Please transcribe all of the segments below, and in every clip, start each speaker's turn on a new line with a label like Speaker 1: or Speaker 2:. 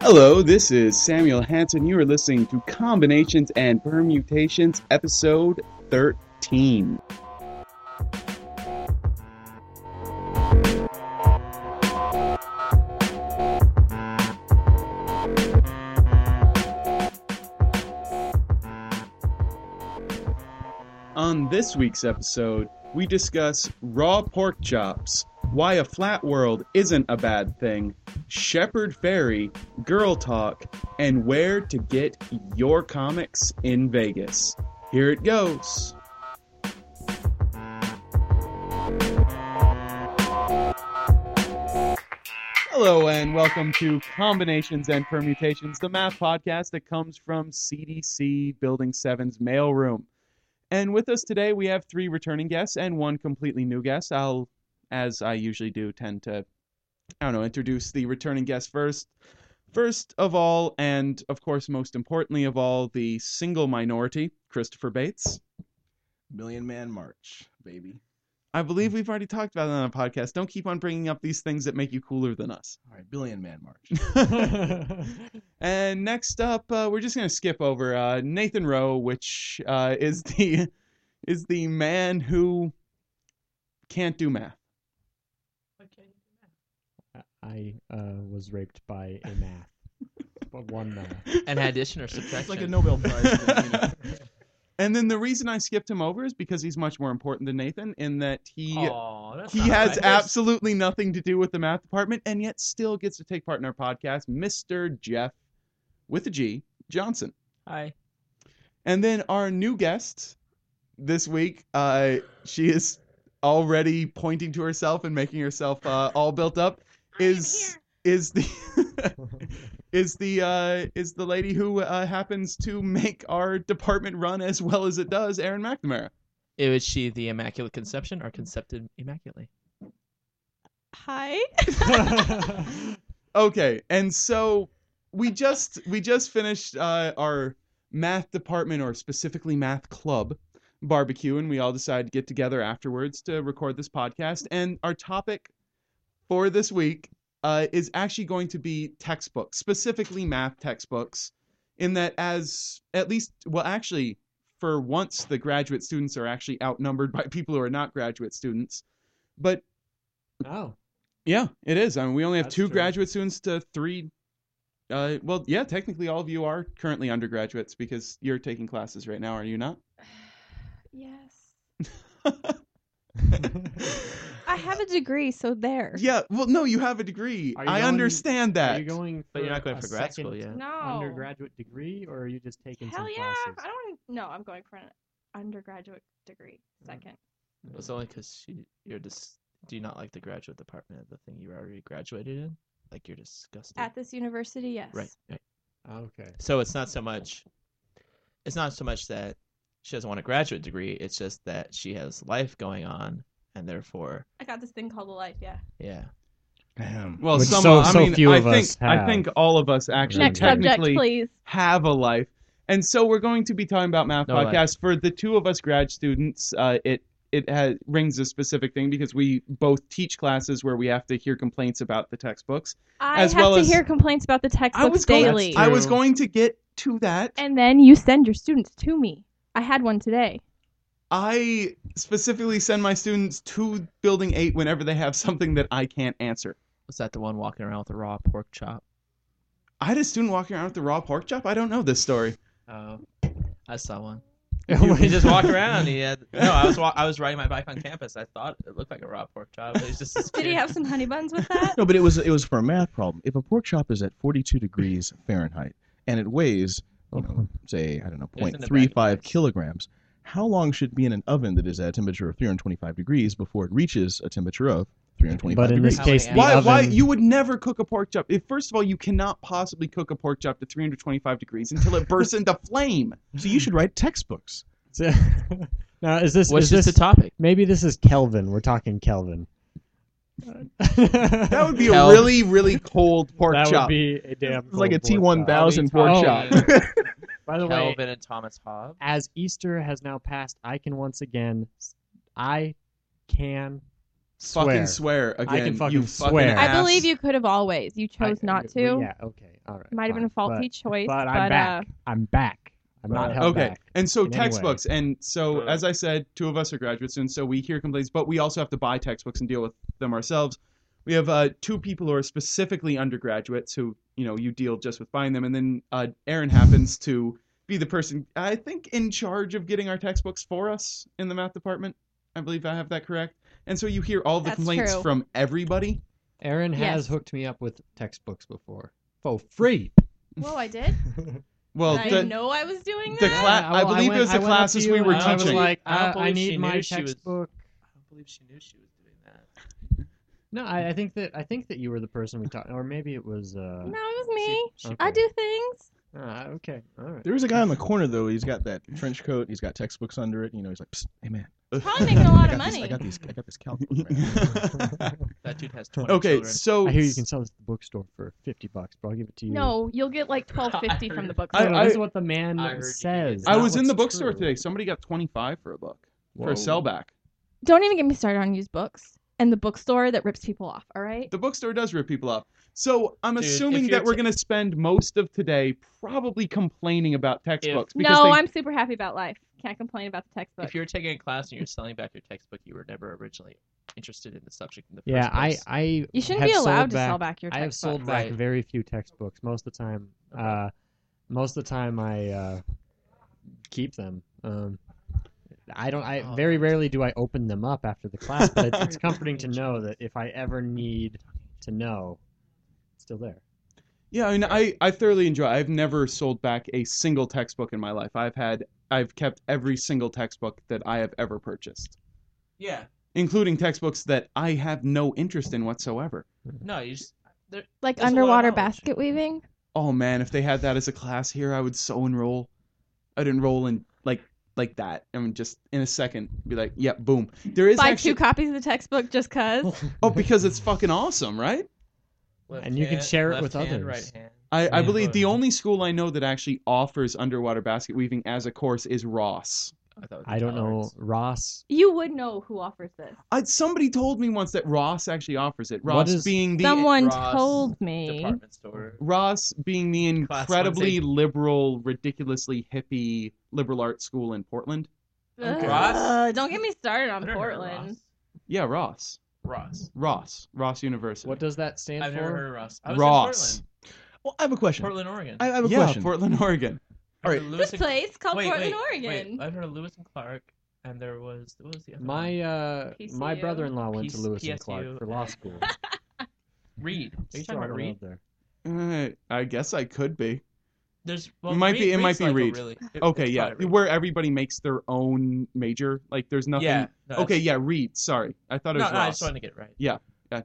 Speaker 1: Hello, this is Samuel Hanson. You are listening to Combinations and Permutations, episode 13. On this week's episode, we discuss raw pork chops, why a flat world isn't a bad thing, Shepherd Ferry, Girl Talk, and where to get your comics in Vegas. Here it goes. Hello, and welcome to Combinations and Permutations, the math podcast that comes from CDC Building 7's mailroom. And with us today, we have three returning guests and one completely new guest. I'll, as I usually do, tend to I don't know, introduce the returning guest first. First of all, and of course, most importantly of all, the single minority, Christopher Bates.
Speaker 2: Million Man March, baby.
Speaker 1: I believe we've already talked about it on a podcast. Don't keep on bringing up these things that make you cooler than us.
Speaker 2: All right, Billion Man March.
Speaker 1: and next up, uh, we're just going to skip over uh, Nathan Rowe, which uh, is the is the man who can't do math.
Speaker 3: I uh, was raped by a math, but one math.
Speaker 4: An addition or subtraction.
Speaker 2: It's like a Nobel Prize. thing, you know?
Speaker 1: And then the reason I skipped him over is because he's much more important than Nathan in that he
Speaker 4: Aw, that's
Speaker 1: he
Speaker 4: not
Speaker 1: has
Speaker 4: right. That's-
Speaker 1: absolutely nothing to do with the math department and yet still gets to take part in our podcast, Mr. Jeff with a G Johnson.
Speaker 4: Hi.
Speaker 1: And then our new guest this week, uh, she is already pointing to herself and making herself uh, all built up. Is is the
Speaker 3: Oh,
Speaker 1: is the uh, is the lady who uh, happens to make our department run as well as it does, Aaron McNamara.
Speaker 4: It was she the Immaculate Conception or concepted immaculately?
Speaker 5: Hi.
Speaker 1: okay and so we just we just finished uh, our math department or specifically math club barbecue and we all decided to get together afterwards to record this podcast and our topic for this week uh, is actually going to be textbooks specifically math textbooks in that as at least well actually for once the graduate students are actually outnumbered by people who are not graduate students but
Speaker 3: oh,
Speaker 1: yeah, it is. I mean, we only have
Speaker 3: That's
Speaker 1: two
Speaker 3: true.
Speaker 1: graduate students to three. Uh, well, yeah, technically all of you are currently undergraduates because you're taking classes right now, are you not?
Speaker 5: Yes. I have a degree, so there.
Speaker 1: yeah, well, no, you have a degree.
Speaker 3: Are you
Speaker 1: I
Speaker 3: going-
Speaker 1: understand
Speaker 3: are
Speaker 1: that.
Speaker 3: you going?
Speaker 4: But you're
Speaker 3: for
Speaker 4: not going
Speaker 3: a
Speaker 4: for grad school,
Speaker 3: second
Speaker 4: yeah.
Speaker 5: No.
Speaker 3: Undergraduate degree, or are you just taking
Speaker 5: Hell
Speaker 3: some
Speaker 5: yeah.
Speaker 3: classes?
Speaker 5: I don't no, I'm going for an undergraduate degree.
Speaker 1: Mm,
Speaker 5: Second.
Speaker 4: It was only because you're just. Do you not like the graduate department of the thing you already graduated in? Like you're disgusted.
Speaker 5: At this university, yes.
Speaker 4: right, right.
Speaker 3: Ah, Okay.
Speaker 4: So it's not so much. It's not so much that she doesn't want a graduate degree. It's just that she has life going on, and therefore,
Speaker 5: I got this thing called a life, yeah.
Speaker 4: yeah.
Speaker 2: Ahem.
Speaker 1: well,
Speaker 3: Which
Speaker 1: some,
Speaker 3: so-
Speaker 1: I
Speaker 3: so
Speaker 1: mean,
Speaker 3: few
Speaker 1: I
Speaker 3: of
Speaker 1: think
Speaker 3: us
Speaker 1: I
Speaker 3: have.
Speaker 1: think all of us actually
Speaker 3: Next
Speaker 5: Next
Speaker 3: subject,
Speaker 5: subject,
Speaker 1: technically
Speaker 5: please.
Speaker 1: have a life. And so we're going to be talking about math
Speaker 4: No life.
Speaker 1: podcasts for the two of us grad students. Uh, it it has, rings a specific thing because we both teach classes where we have to hear complaints about the textbooks.
Speaker 5: I
Speaker 1: as
Speaker 5: have
Speaker 1: well
Speaker 5: to
Speaker 1: as-
Speaker 5: hear complaints about the textbooks
Speaker 1: I was
Speaker 5: daily.
Speaker 1: Going, I was
Speaker 4: True.
Speaker 1: going to get to that.
Speaker 5: and then you send your students to me. I had one today.
Speaker 1: I specifically send my students to Building Eight whenever they have something that I can't answer.
Speaker 4: Was that the one walking around with a raw pork chop?
Speaker 1: I had a student walking around with the raw pork chop. I don't know this story.
Speaker 4: Oh, I saw one. he just walked around. He had no. I was wa- I was riding my bike on campus. I thought it looked like a raw pork chop. It was just this
Speaker 5: Did he
Speaker 4: weird-
Speaker 5: have some honey buns with that?
Speaker 2: No, but it was it was for a math problem. If a pork chop is at 42 degrees Fahrenheit and it weighs, you know, say I don't know,
Speaker 4: It's in the
Speaker 2: 0.35
Speaker 4: bag.
Speaker 2: kilograms, how long should it be in an oven that is at a temperature of 325 degrees before it reaches a temperature of 325
Speaker 3: But in
Speaker 2: degrees?
Speaker 3: this
Speaker 4: How many
Speaker 3: case, the
Speaker 1: Why?
Speaker 3: oven,
Speaker 1: Why you would never cook a pork chop? If, first of all, you cannot possibly cook a pork chop to 325 degrees until it bursts into flame.
Speaker 2: so you should write textbooks.
Speaker 3: now is this
Speaker 4: What's
Speaker 3: is
Speaker 4: just
Speaker 3: this
Speaker 4: the topic?
Speaker 3: maybe this is Kelvin? We're talking Kelvin.
Speaker 1: That would be a
Speaker 4: Hell.
Speaker 1: really, really cold pork
Speaker 3: That would
Speaker 1: chop.
Speaker 3: be a damn.
Speaker 2: It's like a
Speaker 3: cold pork chop.
Speaker 2: T1000 pork
Speaker 4: Oh,
Speaker 2: chop.
Speaker 4: yeah.
Speaker 3: By the way,
Speaker 4: Calvin and Thomas Hobbes.
Speaker 3: as Easter has now passed, I can once again, s- I can swear.
Speaker 1: Fucking swear again.
Speaker 3: can fucking
Speaker 1: you fucking
Speaker 3: swear.
Speaker 1: ass.
Speaker 6: I believe you could have always. You
Speaker 3: I-
Speaker 6: chose not to.
Speaker 3: Yeah. Okay. All right.
Speaker 6: Might have been a
Speaker 3: fine,
Speaker 6: faulty
Speaker 3: but-
Speaker 6: choice,
Speaker 3: But
Speaker 6: but,
Speaker 3: I'm
Speaker 6: uh,
Speaker 3: back. I'm back. I'm not
Speaker 4: Right.
Speaker 3: held
Speaker 1: okay
Speaker 3: back.
Speaker 1: and so
Speaker 3: in any way.
Speaker 1: textbooks and so
Speaker 4: Uh.
Speaker 1: as i said two of us are graduate students so we hear complaints but we also have to buy textbooks and deal with them ourselves we have uh, two people who are specifically undergraduates who you know you deal just with buying them and then uh, aaron happens to be the person i think in charge of getting our textbooks for us in the math department i believe i have that correct and so you hear all the
Speaker 6: That's
Speaker 1: complaints
Speaker 6: true.
Speaker 1: from everybody
Speaker 7: Aaron has
Speaker 6: Yes.
Speaker 7: hooked me up with textbooks before. For free.
Speaker 5: Whoa, I did.
Speaker 1: well
Speaker 5: I
Speaker 1: Oh, the,
Speaker 5: didn't know I was doing
Speaker 1: the
Speaker 5: that.
Speaker 1: cla- I
Speaker 7: well,
Speaker 1: believe
Speaker 7: went-
Speaker 1: it was
Speaker 7: I
Speaker 1: the
Speaker 7: went up to
Speaker 1: classes
Speaker 7: you
Speaker 1: we
Speaker 7: and
Speaker 1: were
Speaker 7: I was
Speaker 1: teaching
Speaker 7: like,
Speaker 4: I don't
Speaker 7: I, I
Speaker 4: believe she
Speaker 7: need my
Speaker 4: knew she was-
Speaker 7: textbook.
Speaker 4: I don't believe she knew she was doing that.
Speaker 7: No, I, I think that I think that you were the person we talked, or maybe it was. Uh,
Speaker 6: no, it was me.
Speaker 4: She-
Speaker 6: I
Speaker 7: okay.
Speaker 6: do things.
Speaker 7: Ah, okay, all right.
Speaker 2: There was a guy on the corner though. He's got that trench coat. He's got textbooks under it. You know, he's like, Psst, "Hey man,
Speaker 6: Probably making a lot
Speaker 2: I
Speaker 6: of
Speaker 2: got this- I
Speaker 6: money.
Speaker 2: got these. I got this calculator. man."
Speaker 4: That dude has 20
Speaker 1: okay
Speaker 4: children.
Speaker 1: so
Speaker 7: I hear you can sell this at the bookstore for fifty bucks, but I'll give it to you.
Speaker 6: No, you'll get like twelve fifty from the book.
Speaker 1: I-
Speaker 7: No,
Speaker 6: store.
Speaker 7: no,
Speaker 1: I-
Speaker 7: this is what the man
Speaker 4: I heard you
Speaker 7: says.
Speaker 4: did.
Speaker 1: I
Speaker 7: not
Speaker 1: was in
Speaker 7: what's
Speaker 1: the bookstore
Speaker 7: true.
Speaker 1: today. Somebody got 25 for a book. For
Speaker 2: Whoa.
Speaker 1: a sell back.
Speaker 6: Don't even get me started on used books and the bookstore that rips people off. All right.
Speaker 1: The bookstore does rip people up. So I'm
Speaker 4: Dude,
Speaker 1: assuming
Speaker 4: if
Speaker 1: that
Speaker 4: you're
Speaker 1: we're
Speaker 4: t-
Speaker 1: going to spend most of today probably complaining about textbooks. because
Speaker 6: No,
Speaker 1: they-
Speaker 6: I'm super happy about life. Can't complain about the textbook.
Speaker 4: If you're taking a class and you're selling back your textbook, you were never originally interested in the subject in the first
Speaker 7: Yeah, I
Speaker 4: place.
Speaker 7: I
Speaker 6: You shouldn't
Speaker 7: have
Speaker 6: be
Speaker 7: sold
Speaker 6: allowed to
Speaker 7: back-
Speaker 6: sell back your
Speaker 7: I have
Speaker 6: textbook.
Speaker 7: sold back
Speaker 4: Right.
Speaker 7: very few textbooks. Most of the time, uh, most of the time I uh, keep them. Um, I don't. I
Speaker 4: Oh,
Speaker 7: very
Speaker 4: that's-
Speaker 7: rarely do I open them up after the class, but it's, it's comforting to know that if I ever need to know, it's still there.
Speaker 1: Yeah, I mean, I, I thoroughly enjoy. I've never sold back a single textbook in my life. I've had I've kept every single textbook that I have ever purchased,
Speaker 4: yeah.
Speaker 1: including textbooks that I have no interest in whatsoever.
Speaker 4: No, you just. There,
Speaker 6: like
Speaker 4: That's a lot of
Speaker 6: underwater
Speaker 4: knowledge.
Speaker 6: basket weaving.
Speaker 1: Oh man, if they had that as a class here, I would so enroll. I'd enroll in like like that. I mean, just in a second, be like, yep, boom. There is
Speaker 6: Buy
Speaker 1: actually
Speaker 6: two copies of the textbook just cause.
Speaker 1: Oh, because it's fucking awesome, right?
Speaker 4: left
Speaker 7: And you can
Speaker 4: hand-
Speaker 7: share it
Speaker 4: left
Speaker 7: with
Speaker 4: hand,
Speaker 7: others.
Speaker 4: Right hand.
Speaker 1: I, I
Speaker 7: Yeah.
Speaker 1: believe the only school I know that actually offers underwater basket weaving as a course is Ross.
Speaker 4: I, thought it was
Speaker 7: I don't know
Speaker 4: tolerance.
Speaker 7: Ross.
Speaker 6: you would know who offers this.
Speaker 1: I, somebody told me once that Ross actually offers it.
Speaker 7: What
Speaker 1: Ross
Speaker 7: is-
Speaker 1: being the
Speaker 6: Someone
Speaker 4: Ross
Speaker 6: told me.
Speaker 4: Department store.
Speaker 1: Ross being the
Speaker 4: Class
Speaker 1: incredibly
Speaker 4: one's
Speaker 1: liberal, ridiculously hippie liberal arts school in Portland.
Speaker 4: Okay.
Speaker 6: Ugh, don't get me started
Speaker 4: I've
Speaker 6: on
Speaker 4: never heard of
Speaker 6: Portland.
Speaker 1: Yeah, Ross.
Speaker 4: Ross.
Speaker 1: Ross. Ross University.
Speaker 7: What does that stand
Speaker 4: Ross. I've
Speaker 7: for?
Speaker 4: never heard of Ross. I was
Speaker 1: Ross.
Speaker 4: in
Speaker 2: Well, I have a question.
Speaker 4: Portland. Portland, Oregon.
Speaker 2: I I have a
Speaker 1: yeah,
Speaker 2: question.
Speaker 1: Portland, Oregon.
Speaker 4: All
Speaker 2: right.
Speaker 6: This place called Portland, Oregon.
Speaker 4: I've heard of Lewis and Clark, and there was what was the other one?
Speaker 7: My uh, my
Speaker 6: PCU?
Speaker 7: brother-in-law went to
Speaker 4: P-
Speaker 7: Lewis and
Speaker 4: PSU.
Speaker 7: Clark for law school.
Speaker 4: Reed. Are you
Speaker 7: It's
Speaker 4: talking
Speaker 7: all
Speaker 4: about Reed?
Speaker 7: around there.
Speaker 1: Uh, I guess I could be.
Speaker 4: There's well,
Speaker 1: It might
Speaker 4: Reed,
Speaker 1: be- it might
Speaker 4: Reed's
Speaker 1: be
Speaker 4: like a
Speaker 1: Reed.
Speaker 4: Really, it-
Speaker 1: Okay,
Speaker 4: it's
Speaker 1: yeah.
Speaker 4: probably Reed.
Speaker 1: Where everybody makes their own major. Like there's nothing
Speaker 4: Yeah. no,
Speaker 1: Okay,
Speaker 4: it's-
Speaker 1: yeah, Reed. Sorry. I thought it
Speaker 4: No,
Speaker 1: was
Speaker 4: no, I
Speaker 1: Ross.
Speaker 4: just wanted to get it right.
Speaker 1: Yeah,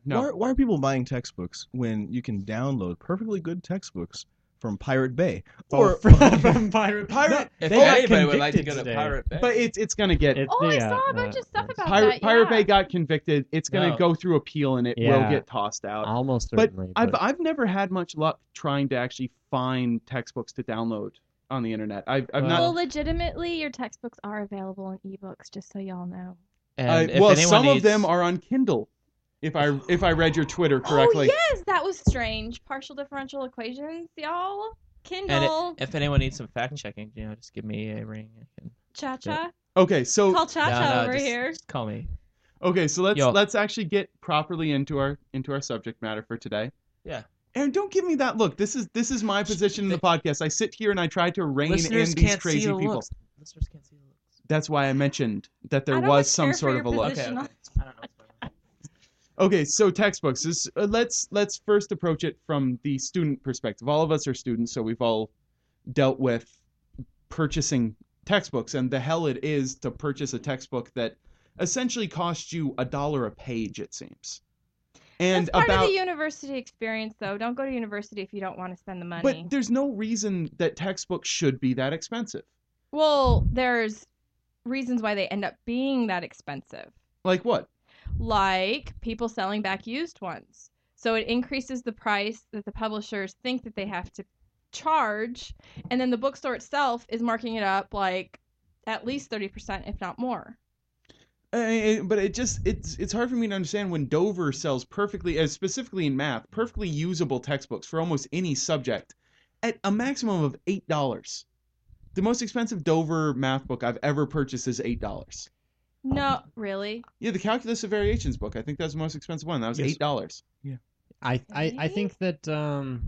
Speaker 1: no.
Speaker 2: Why, are, why are people buying textbooks when you can download perfectly good textbooks from Pirate Bay
Speaker 1: Oh,
Speaker 2: or
Speaker 7: from, from Pirate
Speaker 1: Pirate-
Speaker 4: If
Speaker 7: They got
Speaker 4: anybody would like to
Speaker 7: convicted
Speaker 4: go to
Speaker 7: today.
Speaker 4: Pirate Bay,
Speaker 1: But it's it's gonna get
Speaker 7: It's
Speaker 6: Oh, I
Speaker 7: the,
Speaker 6: saw
Speaker 7: uh,
Speaker 6: a bunch
Speaker 7: uh,
Speaker 6: of stuff about
Speaker 1: Pirate
Speaker 6: that.
Speaker 1: Pirate
Speaker 6: yeah.
Speaker 1: Bay got convicted. It's gonna
Speaker 4: No.
Speaker 1: go through appeal and it will
Speaker 7: Yeah.
Speaker 1: get tossed out.
Speaker 7: Almost
Speaker 1: But
Speaker 7: certainly.
Speaker 1: I've
Speaker 7: but-
Speaker 1: I've never had much luck trying to actually find textbooks to download on the internet. I've I've
Speaker 7: Well,
Speaker 6: Well,
Speaker 1: not.
Speaker 6: legitimately, your textbooks are available in ebooks, just so y'all know.
Speaker 1: I,
Speaker 4: and if
Speaker 1: uh, well,
Speaker 4: anyone
Speaker 1: some
Speaker 4: needs,
Speaker 1: of them are on Kindle. If I if I read your Twitter correctly,
Speaker 6: Oh yes, that was strange. Partial differential equations, y'all.
Speaker 4: And
Speaker 6: Kindle,
Speaker 4: it, if anyone needs some fact checking, you know, just give me a ring. I can-
Speaker 6: cha cha.
Speaker 1: okay, so
Speaker 6: Call cha cha
Speaker 4: oh, No, no,
Speaker 6: over
Speaker 4: just-
Speaker 6: here.
Speaker 4: Just call me.
Speaker 1: okay, so let's
Speaker 4: Yo.
Speaker 1: let's actually get properly into our into our subject matter for today.
Speaker 4: Yeah.
Speaker 1: Aaron, don't give me that look. This is this is my position in the
Speaker 4: They-
Speaker 1: podcast. I sit here and I try to rein
Speaker 4: Listeners
Speaker 1: in these
Speaker 4: can't see
Speaker 1: crazy
Speaker 4: the
Speaker 1: people.
Speaker 4: looks. Listeners can't see the looks.
Speaker 1: That's why I mentioned that there
Speaker 6: I don't
Speaker 1: was
Speaker 6: much
Speaker 1: some
Speaker 6: care for
Speaker 1: sort
Speaker 6: your
Speaker 1: of a look.
Speaker 6: position.
Speaker 4: Okay,
Speaker 6: Additional-
Speaker 4: okay. I don't know what's going on.
Speaker 1: Okay, so textbooks. This, uh, let's let's first approach it from the student perspective. All of us are students, so we've all dealt with purchasing textbooks and the hell it is to purchase a textbook that essentially costs you a dollar a page. It seems, and
Speaker 6: That's part
Speaker 1: about
Speaker 6: of the university experience, though. Don't go to university if you don't want to spend the money.
Speaker 1: but there's no reason that textbooks should be that expensive.
Speaker 6: well, there's reasons why they end up being that expensive,
Speaker 1: Like what?
Speaker 6: like people selling back used ones. So it increases the price that the publishers think that they have to charge, and then the bookstore itself is marking it up like at least thirty percent, if not more.
Speaker 1: I- I- but it just it's it's hard for me to understand when Dover sells perfectly, uh, specifically in math, perfectly usable textbooks for almost any subject, at a maximum of eight dollars. The most expensive Dover math book I've ever purchased is eight dollars.
Speaker 6: No, really.
Speaker 1: Yeah, the Calculus of Variations book. I think that's the most expensive one. That was
Speaker 2: Yes.
Speaker 1: eight dollars.
Speaker 7: I, I I
Speaker 6: Really?
Speaker 7: think that um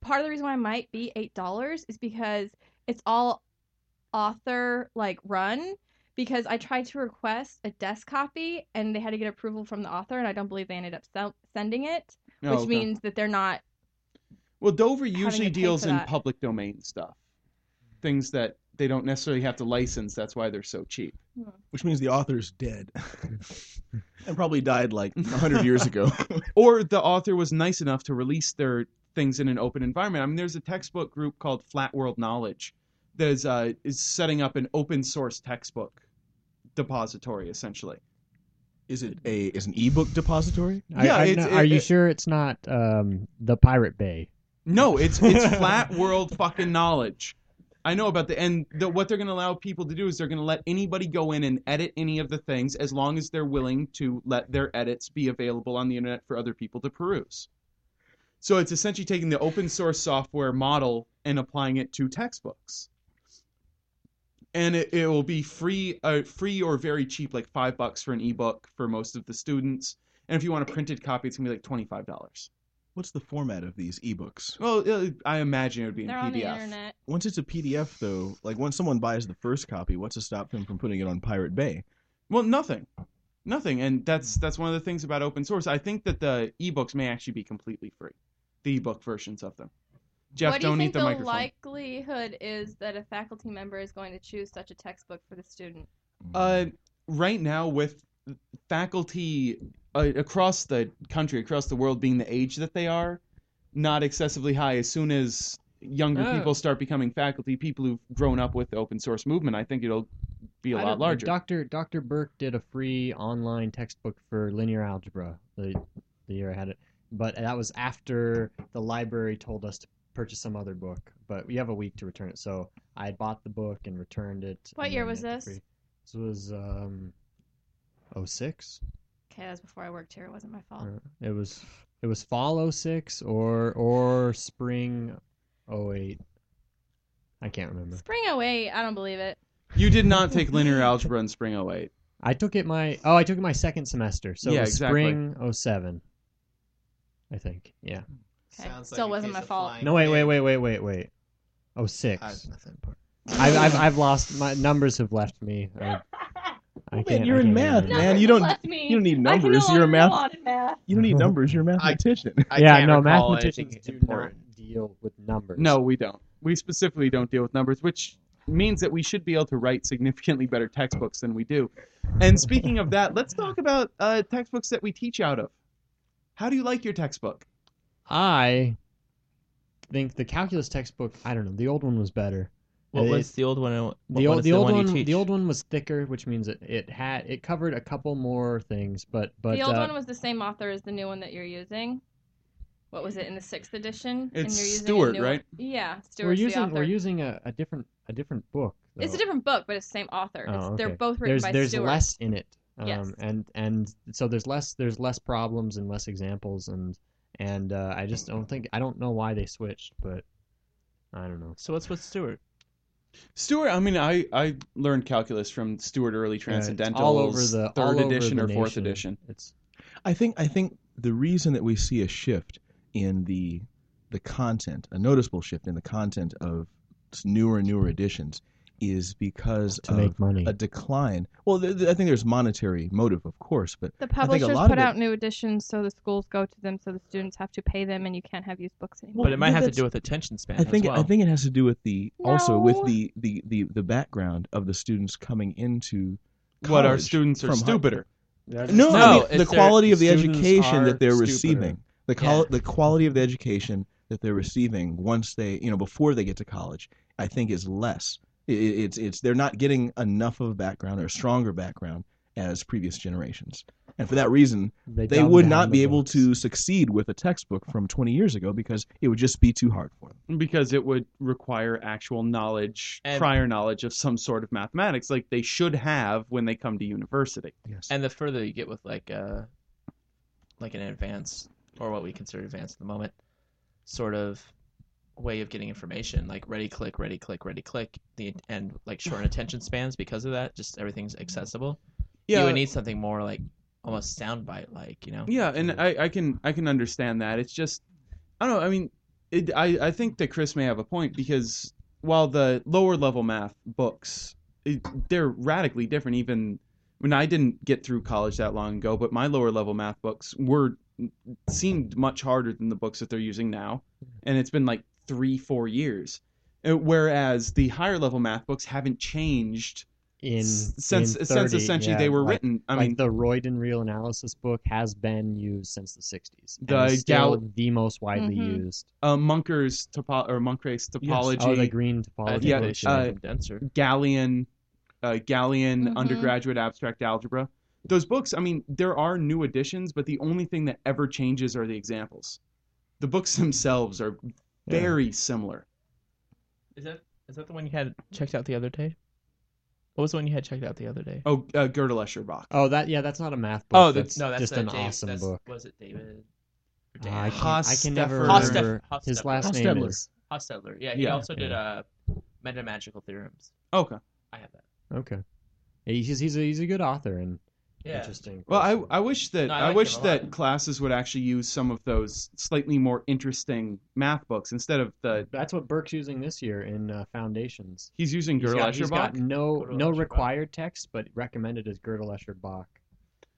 Speaker 6: Part of the reason why it might be eight dollars is because it's all author like run. Because I tried to request a desk copy and they had to get approval from the author, and I don't believe they ended up sel- sending it,
Speaker 1: Oh,
Speaker 6: which means that they're not
Speaker 1: well, Dover
Speaker 6: having
Speaker 1: usually
Speaker 6: to pay
Speaker 1: deals
Speaker 6: for
Speaker 1: in
Speaker 6: that.
Speaker 1: public domain stuff, things that they don't necessarily have to license. That's why they're so cheap.
Speaker 2: which means the author's dead, and probably died like hundred years ago.
Speaker 1: or the author was nice enough to release their things in an open environment. I mean, there's a textbook group called Flat World Knowledge that is uh, is setting up an open source textbook depository essentially.
Speaker 2: Is it a is an ebook depository?
Speaker 7: I-
Speaker 1: Yeah,
Speaker 7: I-
Speaker 1: it's-
Speaker 7: no,
Speaker 1: it-
Speaker 7: are you
Speaker 1: it-
Speaker 7: sure it's not um the Pirate Bay?
Speaker 1: No, it's it's Flat World fucking knowledge. I know about the and the, what they're going to allow people to do is they're going to let anybody go in and edit any of the things as long as they're willing to let their edits be available on the internet for other people to peruse. So it's essentially taking the open source software model and applying it to textbooks. And it, it will be free, uh, free or very cheap, like five bucks for an ebook for most of the students. And if you want a printed copy, it's gonna be like twenty five dollars.
Speaker 2: What's the format of these ebooks?
Speaker 1: Well, it- I imagine it would be in
Speaker 6: they're
Speaker 1: PDF.
Speaker 6: on the internet.
Speaker 2: Once it's a PDF, though, like once someone buys the first copy, what's to stop them from putting it on Pirate Bay?
Speaker 1: Well, nothing, nothing, and that's that's one of the things about open source. I think that the ebooks may actually be completely free, the ebook versions of them. Jeff,
Speaker 6: what do you
Speaker 1: not eat
Speaker 6: think
Speaker 1: the,
Speaker 6: the
Speaker 1: microphone.
Speaker 6: likelihood is that a faculty member is going to choose such a textbook for the student?
Speaker 1: Uh,
Speaker 2: Mm.
Speaker 1: right now, with faculty uh, across the country, across the world, being the age that they are, not excessively high. As soon as younger
Speaker 7: Oh.
Speaker 1: people start becoming faculty, people who've grown up with the open source movement, I think it'll be a
Speaker 7: I
Speaker 1: lot
Speaker 7: don't know.
Speaker 1: larger.
Speaker 7: Dr. Dr. Burke did a free online textbook for linear algebra the, the year I had it, but that was after the library told us to purchase some other book. But we have a week to return it, so I had bought the book and returned it.
Speaker 6: What
Speaker 7: and
Speaker 6: year
Speaker 7: then
Speaker 6: was
Speaker 7: it
Speaker 6: this?
Speaker 7: free. This was um, 06.
Speaker 6: Okay, that was before I worked here. It wasn't my fault.
Speaker 7: Uh, It was it was fall 06 or or spring 08. I can't remember.
Speaker 6: Spring 08, I don't believe it.
Speaker 1: You did not take linear algebra in spring 08.
Speaker 7: I took it my oh I took it my second semester, so it
Speaker 1: Yeah,
Speaker 7: was
Speaker 1: exactly.
Speaker 7: spring 07. I think. Yeah.
Speaker 6: Okay.
Speaker 4: Sounds
Speaker 6: Still
Speaker 4: a
Speaker 6: wasn't
Speaker 4: case
Speaker 6: my
Speaker 4: of
Speaker 6: fault.
Speaker 4: flying
Speaker 7: No, wait, wait,
Speaker 4: pig.
Speaker 7: wait, wait, wait, wait. Oh
Speaker 4: I
Speaker 7: six.
Speaker 4: was nothing part.
Speaker 7: I've, I've I've lost my numbers have left me. I, I
Speaker 2: man,
Speaker 7: can't-
Speaker 2: you're
Speaker 7: I
Speaker 2: in
Speaker 7: can't
Speaker 2: math,
Speaker 7: remember.
Speaker 2: man. you don't- You don't need
Speaker 5: I can no
Speaker 2: numbers. You're
Speaker 5: longer go
Speaker 2: a math.
Speaker 5: on in math.
Speaker 2: You don't need numbers. You're a mathematician.
Speaker 4: I
Speaker 7: yeah,
Speaker 4: can't
Speaker 7: no,
Speaker 4: recall
Speaker 7: mathematicians
Speaker 4: anything
Speaker 7: do
Speaker 4: important.
Speaker 7: not deal with numbers.
Speaker 1: No, we don't. We specifically don't deal with numbers, which means that we should be able to write significantly better textbooks than we do. And speaking of that, let's talk about uh, textbooks that we teach out of. How do you like your textbook?
Speaker 7: I think the calculus textbook. I don't know. The old one was better.
Speaker 4: What
Speaker 7: It-
Speaker 4: was the old one? What
Speaker 7: the
Speaker 4: one
Speaker 7: old
Speaker 4: is
Speaker 7: the, old
Speaker 4: one,
Speaker 7: one,
Speaker 4: you teach?
Speaker 7: the old one was thicker, which means it, it had it covered a couple more things. But but
Speaker 6: the old
Speaker 7: uh,
Speaker 6: one was the same author as the new one that you're using. What was it in the sixth edition?
Speaker 1: It's
Speaker 6: you're using a
Speaker 1: Stewart,
Speaker 6: new-
Speaker 1: right?
Speaker 6: Yeah, Stewart's
Speaker 7: we're using
Speaker 6: the
Speaker 7: we're
Speaker 6: author.
Speaker 7: using a, a different a different book.
Speaker 6: it's a
Speaker 7: though.
Speaker 6: different book, but it's the same author. It's,
Speaker 7: Oh,
Speaker 6: They're
Speaker 7: okay.
Speaker 6: both written
Speaker 7: there's
Speaker 6: by
Speaker 7: there's
Speaker 6: Stewart.
Speaker 7: less in it um,
Speaker 6: Yes.
Speaker 7: and and so there's less there's less problems and less examples and and uh, i just don't think i don't know why they switched but i don't know
Speaker 4: So what's with Stewart?
Speaker 1: Stewart, I mean, I, I learned calculus from Stewart Early Transcendental,
Speaker 7: all over the-
Speaker 1: third
Speaker 7: all over
Speaker 1: edition
Speaker 7: the
Speaker 1: or fourth
Speaker 7: nation.
Speaker 1: edition.
Speaker 7: it's
Speaker 2: I think I think the reason that we see a shift in the the content, a noticeable shift in the content of s- newer and newer editions, is because
Speaker 7: to
Speaker 2: of
Speaker 7: make money
Speaker 2: a decline. Well, th- th- I think there's monetary motive, of course, but
Speaker 6: The
Speaker 2: I think a
Speaker 6: publishers
Speaker 2: lot of
Speaker 6: put
Speaker 2: it-
Speaker 6: out new editions, so the schools go to them, so the students have to pay them, and you can't have used books anymore.
Speaker 2: Well,
Speaker 4: but it might
Speaker 2: yeah,
Speaker 4: have to
Speaker 2: that's-
Speaker 4: do with attention span.
Speaker 2: I think
Speaker 4: as well.
Speaker 2: I think it has to do with the also with
Speaker 6: No.
Speaker 2: the the the, the background of the students coming into
Speaker 1: What our
Speaker 2: college
Speaker 1: students are
Speaker 2: from high-
Speaker 1: stupider.
Speaker 2: No, I
Speaker 4: No,
Speaker 2: mean,
Speaker 4: it's
Speaker 2: the
Speaker 4: their-
Speaker 2: quality of the
Speaker 7: students
Speaker 2: education
Speaker 7: are
Speaker 2: that they're
Speaker 7: stupider.
Speaker 2: receiving, the col- the quality of the education that they're receiving once they, you know, before they get to college, I think is less. I- i- it's it's they're not getting enough of a background or a stronger background as previous generations. And for that reason, they
Speaker 7: dumbed
Speaker 2: would
Speaker 7: down
Speaker 2: not
Speaker 7: the
Speaker 2: be able
Speaker 7: books.
Speaker 2: to succeed with a textbook from 20 years ago because it would just be too hard for them.
Speaker 1: because it would require actual knowledge,
Speaker 4: And-
Speaker 1: prior knowledge of some sort of mathematics, like they should have when they come to university.
Speaker 2: Yes.
Speaker 4: And the further you get with like uh like an advanced or what we consider advanced at the moment sort of way of getting information, like ready click, ready click, ready click, the and like shortened attention spans because of that, just everything's accessible. You would need something more like almost soundbite like, you know.
Speaker 1: Yeah, and I, I can I can understand that. It's just I don't know. I mean, it, I I think that Chris may have a point because while the lower level math books it, they're radically different. Even when I didn't get through college that long ago, but my lower level math books were seemed much harder than the books that they're using now,
Speaker 7: Mm-hmm.
Speaker 1: and it's been like three four years. Uh, Whereas the higher level math books haven't changed
Speaker 7: in
Speaker 1: s- since
Speaker 7: in
Speaker 1: since
Speaker 7: 30,
Speaker 1: essentially
Speaker 7: yeah,
Speaker 1: they were
Speaker 7: like-
Speaker 1: written. I
Speaker 7: like
Speaker 1: mean,
Speaker 7: the Roydon real analysis book has been used since the 60s. and
Speaker 1: The
Speaker 7: is still
Speaker 1: Gal-
Speaker 7: the most widely
Speaker 6: Mhm.
Speaker 7: used.
Speaker 1: uh, Munker's topo- or Munker's topology.
Speaker 7: Oh, the green
Speaker 4: I
Speaker 7: topology.
Speaker 4: think
Speaker 1: yeah,
Speaker 4: they
Speaker 7: book.
Speaker 4: should
Speaker 1: uh,
Speaker 4: make them denser.
Speaker 1: Gallian, uh, Gallian
Speaker 6: Mhm.
Speaker 1: undergraduate abstract algebra. Those books, I mean, there are new additions, but the only thing that ever changes are the examples. The books themselves are very similar.
Speaker 4: Is that is that the one you had checked out the other day? What was the one you had checked out the other day?
Speaker 1: Oh, uh, Gerda Escherbach.
Speaker 7: oh, that yeah, that's not a math book.
Speaker 1: Oh,
Speaker 7: that's,
Speaker 1: that's-
Speaker 4: no, that's
Speaker 7: just
Speaker 4: uh,
Speaker 7: an
Speaker 4: Dave-
Speaker 7: awesome
Speaker 4: that's-
Speaker 7: book.
Speaker 4: Was it David? or
Speaker 7: Uh, I,
Speaker 4: Dan?
Speaker 7: can, I can never
Speaker 1: Hostef-
Speaker 7: remember
Speaker 4: Hostef-
Speaker 7: his
Speaker 4: Hostef-
Speaker 7: last name
Speaker 2: Hostetler.
Speaker 7: is.
Speaker 4: Hostetler. Yeah, he
Speaker 1: Yeah.
Speaker 4: also did uh, Meta Magical Theorems.
Speaker 1: Okay.
Speaker 4: I have that.
Speaker 7: Okay, Yeah, he's he's a, he's a good author and
Speaker 4: Yeah.
Speaker 7: interesting.
Speaker 1: Well,
Speaker 7: person.
Speaker 1: I, I wish that
Speaker 4: No, I
Speaker 1: I,
Speaker 4: like him
Speaker 1: wish
Speaker 4: a lot.
Speaker 1: that classes would actually use some of those slightly more interesting math books instead of
Speaker 4: uh,
Speaker 1: the
Speaker 7: that's what Burke's using this year in uh, Foundations.
Speaker 1: he's using
Speaker 7: He's
Speaker 1: Gerda
Speaker 7: got, he's got
Speaker 1: Escherbach.
Speaker 7: no
Speaker 4: Girdle
Speaker 7: no
Speaker 4: Escherbach.
Speaker 7: required text, but recommended as Girdle Escher Bach.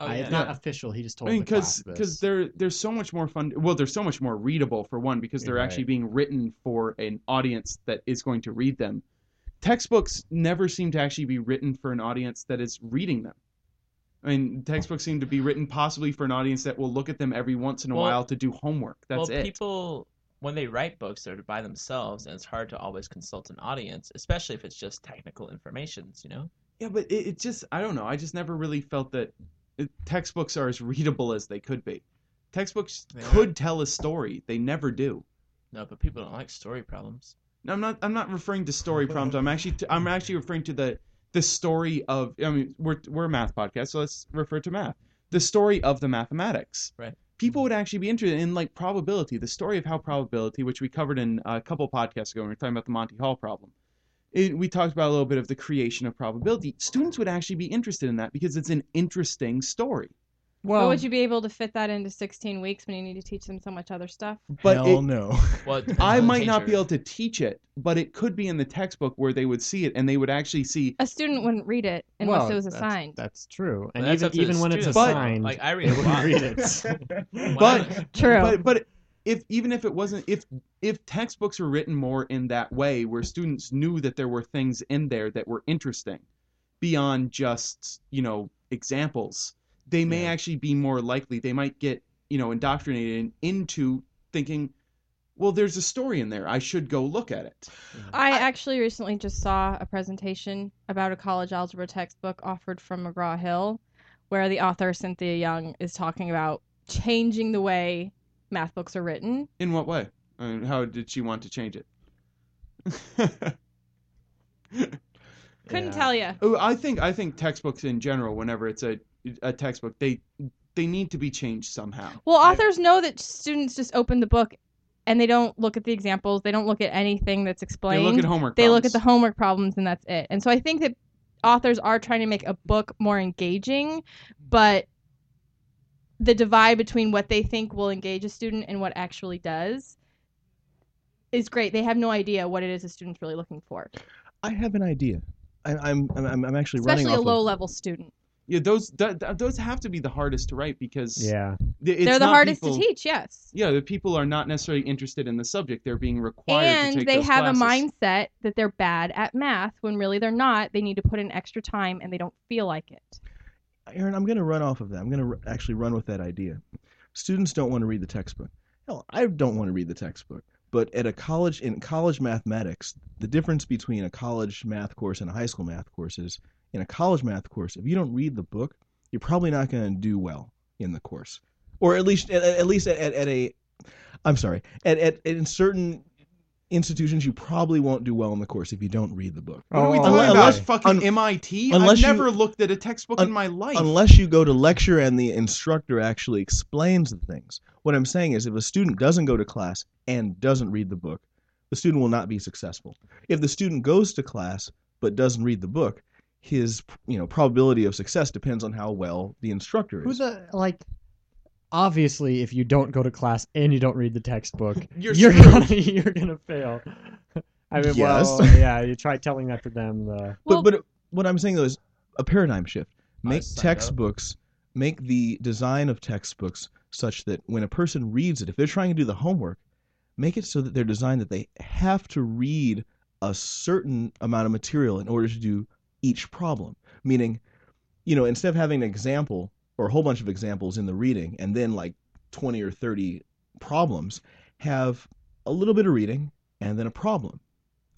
Speaker 4: Oh,
Speaker 7: I,
Speaker 4: yeah.
Speaker 7: It's not official. He just
Speaker 1: I
Speaker 7: told
Speaker 1: mean,
Speaker 7: the class
Speaker 1: because
Speaker 7: this.
Speaker 1: because they're they're so much more fun. Well, they're so much more readable for one because they're
Speaker 7: Right.
Speaker 1: actually being written for an audience that is going to read them. Textbooks never seem to actually be written for an audience that is reading them. I mean, textbooks seem to be written possibly for an audience that will look at them every once in a
Speaker 4: Well-
Speaker 1: while to do homework. That's
Speaker 4: well,
Speaker 1: it.
Speaker 4: people when they write books, they're by themselves, and it's hard to always consult an audience, especially if it's just technical informations. You know,
Speaker 1: yeah, but it, it just I don't know. I just never really felt that it, textbooks are as readable as they could be. Textbooks
Speaker 4: They
Speaker 1: could tell a story. They never do.
Speaker 4: no, but people don't like story problems.
Speaker 1: No, I'm not. I'm not referring to story problems. I'm actually. T- I'm actually referring to the the story of. I mean, we're we're a math podcast, so let's refer to math. The story of the mathematics.
Speaker 4: Right.
Speaker 1: People
Speaker 2: Mm-hmm.
Speaker 1: would actually be interested in like probability, the story of how probability, which we covered in a couple podcasts ago when we were talking about the Monty Hall problem. It, we talked about a little bit of the creation of probability. Students would actually be interested in that because it's an interesting story.
Speaker 6: but
Speaker 7: well,
Speaker 6: would you be able to fit that into 16 weeks when you need to teach them so much other stuff?
Speaker 1: But
Speaker 2: Hell
Speaker 1: it-
Speaker 2: no.
Speaker 4: Well, it depends
Speaker 1: I
Speaker 4: on the
Speaker 1: might not
Speaker 4: teacher.
Speaker 1: be able to teach it, but it could be in the textbook where they would see it and they would actually see
Speaker 6: A student wouldn't read it unless
Speaker 7: well,
Speaker 6: it was
Speaker 7: that's-
Speaker 6: assigned.
Speaker 7: That's true.
Speaker 4: But
Speaker 7: And
Speaker 4: that's up
Speaker 7: even
Speaker 4: to the
Speaker 7: even when it's
Speaker 4: student.
Speaker 7: assigned,
Speaker 4: like I
Speaker 7: they
Speaker 4: read, a
Speaker 7: wouldn't
Speaker 4: lot.
Speaker 7: read it.
Speaker 4: When
Speaker 1: But-
Speaker 4: I'm-
Speaker 6: True.
Speaker 1: But but if even if it wasn't if if textbooks were written more in that way where students knew that there were things in there that were interesting beyond just, you know, examples, they may
Speaker 7: Yeah.
Speaker 1: actually be more likely they might get, you know, indoctrinated into thinking well, there's a story in there. I should go look at it.
Speaker 6: I actually recently just saw a presentation about a college algebra textbook offered from McGraw Hill, where the author Cynthia Young is talking about changing the way math books are written.
Speaker 1: In what way? I mean, how did she want to change it?
Speaker 6: Couldn't
Speaker 7: Yeah.
Speaker 6: tell you.
Speaker 1: Oh, I think I think textbooks in general, whenever it's a a textbook, they they need to be changed somehow.
Speaker 6: Well, authors know that students just open the book and they don't look at the examples, they don't look at anything that's
Speaker 1: They
Speaker 6: explained.
Speaker 1: look at homework.
Speaker 6: They look at the
Speaker 1: problems.
Speaker 6: homework problems and that's it. And so I think that authors are trying to make a book more engaging, but the divide between what they think will engage a student and what actually does is great. They have no idea what it is a student's really looking for,
Speaker 2: I have an idea. I, I'm, I'm, I'm actually running
Speaker 6: especially
Speaker 2: off
Speaker 6: a
Speaker 2: of-
Speaker 6: low level student.
Speaker 1: Yeah, those th- th- those have to be the hardest to write because
Speaker 7: yeah.
Speaker 1: th- it's
Speaker 6: They're the
Speaker 1: not
Speaker 6: hardest
Speaker 1: people-
Speaker 6: to teach, yes.
Speaker 1: Yeah, the people are not necessarily interested in the subject; they're being required to
Speaker 6: And
Speaker 1: take
Speaker 6: they
Speaker 1: those
Speaker 6: have
Speaker 1: classes.
Speaker 6: a mindset that they're bad at math when really they're not. They need to put in extra time and they don't feel like it.
Speaker 2: Aaron, I'm going to run off of that. I'm going to r- actually run with that idea. Students don't want to read the textbook. Hell, I don't want to read the textbook. But at a college in college mathematics, the difference between a college math course and a high school math course is in a college math course, if you don't read the book, you're probably not going to do well in the course, or at least at, at at least at, at, at a, I'm sorry, at, at in certain institutions you probably won't do well in the course if you don't read the book.
Speaker 1: What are we
Speaker 7: Oh,
Speaker 1: talking
Speaker 2: unless-
Speaker 1: about?
Speaker 2: unless-
Speaker 1: fucking
Speaker 2: un-
Speaker 1: MIT?
Speaker 2: unless
Speaker 1: I've
Speaker 2: you-
Speaker 1: never looked at a textbook
Speaker 2: un-
Speaker 1: in my life.
Speaker 2: Unless you go to lecture and the instructor actually explains the things. What I'm saying is, if a student doesn't go to class and doesn't read the book, the student will not be successful. If the student goes to class but doesn't read the book, his you know probability of success depends on how well the instructor is.
Speaker 7: Who the like? Obviously, if you don't go to class and you don't read the textbook,
Speaker 1: You're
Speaker 7: you're, gonna you're gonna fail. I mean, well,
Speaker 2: Yes.
Speaker 7: yeah. You try telling that to them. Uh,
Speaker 2: But but what I'm saying though is a paradigm shift. Make
Speaker 4: signed up.
Speaker 2: textbooks, make the design of textbooks such that when a person reads it, if they're trying to do the homework, make it so that they're designed that they have to read a certain amount of material in order to do each problem. Meaning, you know, instead of having an example or a whole bunch of examples in the reading and then like 20 or 30 problems, have a little bit of reading and then a problem,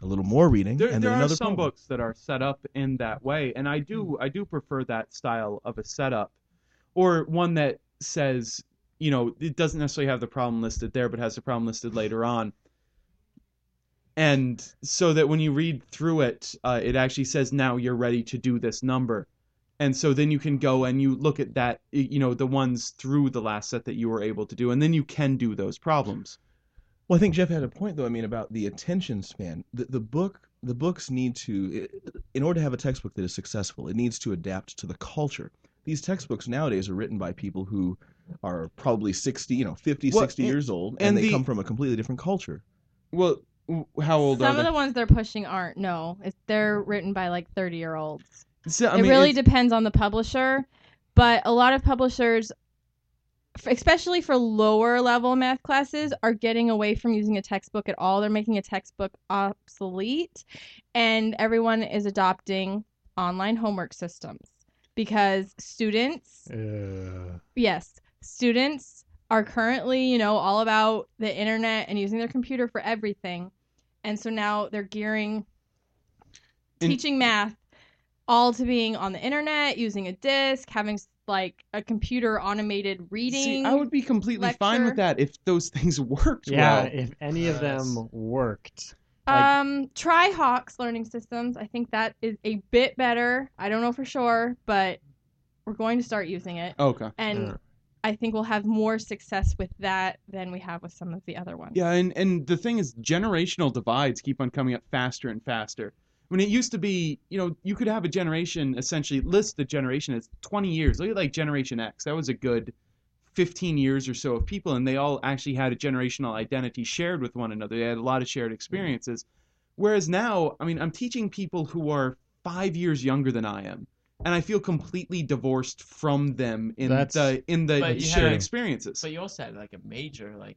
Speaker 2: a little more reading
Speaker 1: There,
Speaker 2: and
Speaker 1: there
Speaker 2: then
Speaker 1: are
Speaker 2: another
Speaker 1: some
Speaker 2: problem. Mm-hmm.
Speaker 1: books that are set up in that way, and I do I do prefer that style of a setup, or one that says you know it doesn't necessarily have the problem listed there, but has the problem listed later on, and so that when you read through it, uh, it actually says now you're ready to do this number, and so then you can go and you look at that y- you know the ones through the last set that you were able to do, and then you can do those problems.
Speaker 2: Well, I think Jeff had a point though. I mean, about the attention span. The, the book, the books need to, in order to have a textbook that is successful, it needs to adapt to the culture. These textbooks nowadays are written by people who are probably 60, you know, 50,
Speaker 1: Well,
Speaker 2: 60
Speaker 1: and-
Speaker 2: years old, and,
Speaker 1: and
Speaker 2: they
Speaker 1: the-
Speaker 2: come from a completely different culture.
Speaker 1: Well, w- how old
Speaker 6: Some
Speaker 1: are
Speaker 6: of
Speaker 1: they?
Speaker 6: the ones they're pushing aren't. No, it's, they're written by like thirty year olds.
Speaker 1: So, I
Speaker 6: it
Speaker 1: mean,
Speaker 6: really
Speaker 1: it's-
Speaker 6: depends on the publisher, but a lot of publishers, f- especially for lower level math classes, are getting away from using a textbook at all. They're making a textbook obsolete, and everyone is adopting online homework systems because students Yes. Students are currently, you know, all about the internet and using their computer for everything. And so now they're gearing
Speaker 1: In-
Speaker 6: teaching math all to being on the internet, using a disc, having like a computer automated
Speaker 1: See,
Speaker 6: reading.
Speaker 1: I would be completely fine with
Speaker 6: lecture.
Speaker 1: that if those things worked
Speaker 7: yeah,
Speaker 1: well.
Speaker 7: if any of them
Speaker 4: Yes.
Speaker 7: worked,
Speaker 6: um try Hawks learning systems. I think that is a bit better. I don't know for sure, but we're going to start using it.
Speaker 1: Okay.
Speaker 6: And
Speaker 7: Yeah.
Speaker 6: I think we'll have more success with that than we have with some of the other ones.
Speaker 1: Yeah, and and the thing is, generational divides keep on coming up faster and faster. When it used to be, you know, you could have a generation essentially list the generation as 20 years. Look at like Generation X. That was a good 15 years or so of people, and they all actually had a generational identity shared with one another. They had a lot of shared experiences. Whereas now, I mean, I'm teaching people who are five years younger than I am, and I feel completely divorced from them in
Speaker 7: That's-
Speaker 1: the in the
Speaker 4: But you
Speaker 1: shared
Speaker 4: have-
Speaker 1: experiences.
Speaker 4: So you also had like a major like.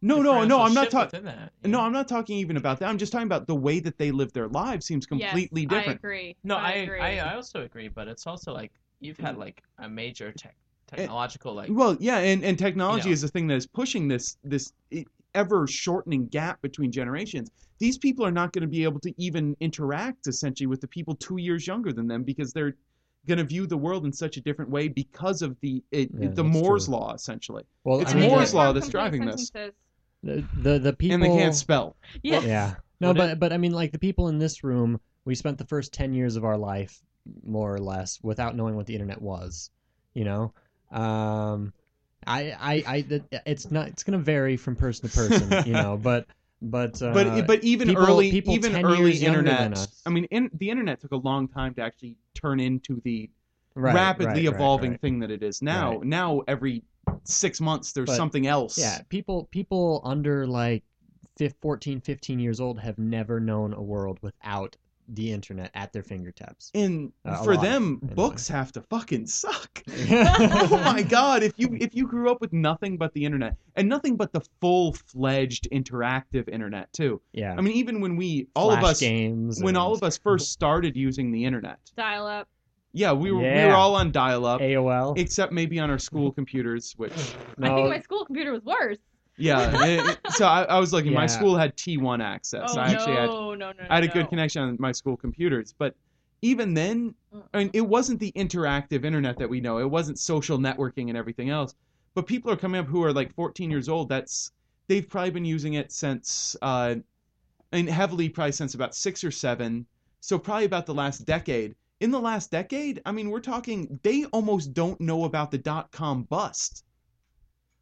Speaker 1: no, no, no.
Speaker 4: differential
Speaker 1: I'm not
Speaker 4: shift
Speaker 1: talking.
Speaker 4: within that. you
Speaker 1: No,
Speaker 4: know?
Speaker 1: I'm not talking even about that. I'm just talking about the way that they live their lives seems completely
Speaker 6: yes, I
Speaker 1: different.
Speaker 6: agree.
Speaker 4: No, I,
Speaker 6: agree.
Speaker 4: I, I also agree, but it's also like you've had like a major tech technological like
Speaker 1: Mm. Well, yeah, and, and technology
Speaker 4: You know.
Speaker 1: is the thing that is pushing this this ever shortening gap between generations. These people are not going to be able to even interact essentially with the people two years younger than them because they're going to view the world in such a different way because of the it,
Speaker 7: Yeah,
Speaker 1: the
Speaker 7: that's
Speaker 1: Moore's
Speaker 7: true.
Speaker 1: law essentially,
Speaker 7: well,
Speaker 1: It's
Speaker 7: I mean,
Speaker 1: Moore's
Speaker 7: the-
Speaker 1: law that's driving this.
Speaker 7: The, the the people
Speaker 1: and they can't spell.
Speaker 6: Yes.
Speaker 7: Yeah. No,
Speaker 4: Would
Speaker 7: but but I mean, like the people in this room, we spent the first ten years of our life, more or less, without knowing what the internet was. You know, um, I I I that- it's not it's gonna vary from person to person. you know, but but uh,
Speaker 1: but but even
Speaker 7: people-
Speaker 1: early
Speaker 7: people
Speaker 1: even
Speaker 7: 10
Speaker 1: early
Speaker 7: years younger than
Speaker 1: internet.
Speaker 7: us.
Speaker 1: I mean, in, the internet took a long time to actually turn into the
Speaker 7: right,
Speaker 1: rapidly
Speaker 7: right, right,
Speaker 1: evolving
Speaker 7: right.
Speaker 1: thing that it is now.
Speaker 7: Right.
Speaker 1: Now every six months there's
Speaker 7: But-
Speaker 1: something else.
Speaker 7: Yeah, people people under like fif- 14, 15 years old have never known a world without the internet at their fingertips.
Speaker 1: And
Speaker 7: Uh, a
Speaker 1: for
Speaker 7: lot,
Speaker 1: them,
Speaker 7: anyway.
Speaker 1: books have to fucking suck. oh my god, if you if you grew up with nothing but the internet and nothing but the full fledged interactive internet too.
Speaker 7: Yeah,
Speaker 1: I mean, even when we all of
Speaker 7: Flash
Speaker 1: us
Speaker 7: games
Speaker 1: when
Speaker 7: and
Speaker 1: all of us first started using the internet,
Speaker 6: Dial up.
Speaker 1: yeah, we were we
Speaker 7: Yeah.
Speaker 1: were all on dial up.
Speaker 7: AOL.
Speaker 1: Except maybe on our school computers, which
Speaker 6: I
Speaker 7: No,
Speaker 6: think my school computer was worse.
Speaker 1: yeah. it- so I, I was lucky. My
Speaker 7: Yeah.
Speaker 1: school had T1 access.
Speaker 6: oh,
Speaker 1: I actually had
Speaker 6: no, no, no, no.
Speaker 1: I had a good
Speaker 6: no.
Speaker 1: connection on my school computers, but even then,
Speaker 6: Mm-mm.
Speaker 1: I mean, it wasn't the interactive internet that we know. It wasn't social networking and everything else. But people are coming up who are like 14 years old. That's they've probably been using it since, uh, and heavily probably since about six or seven. So probably about the last decade. In the last decade, I mean, we're talking. They almost don't know about the dot com bust.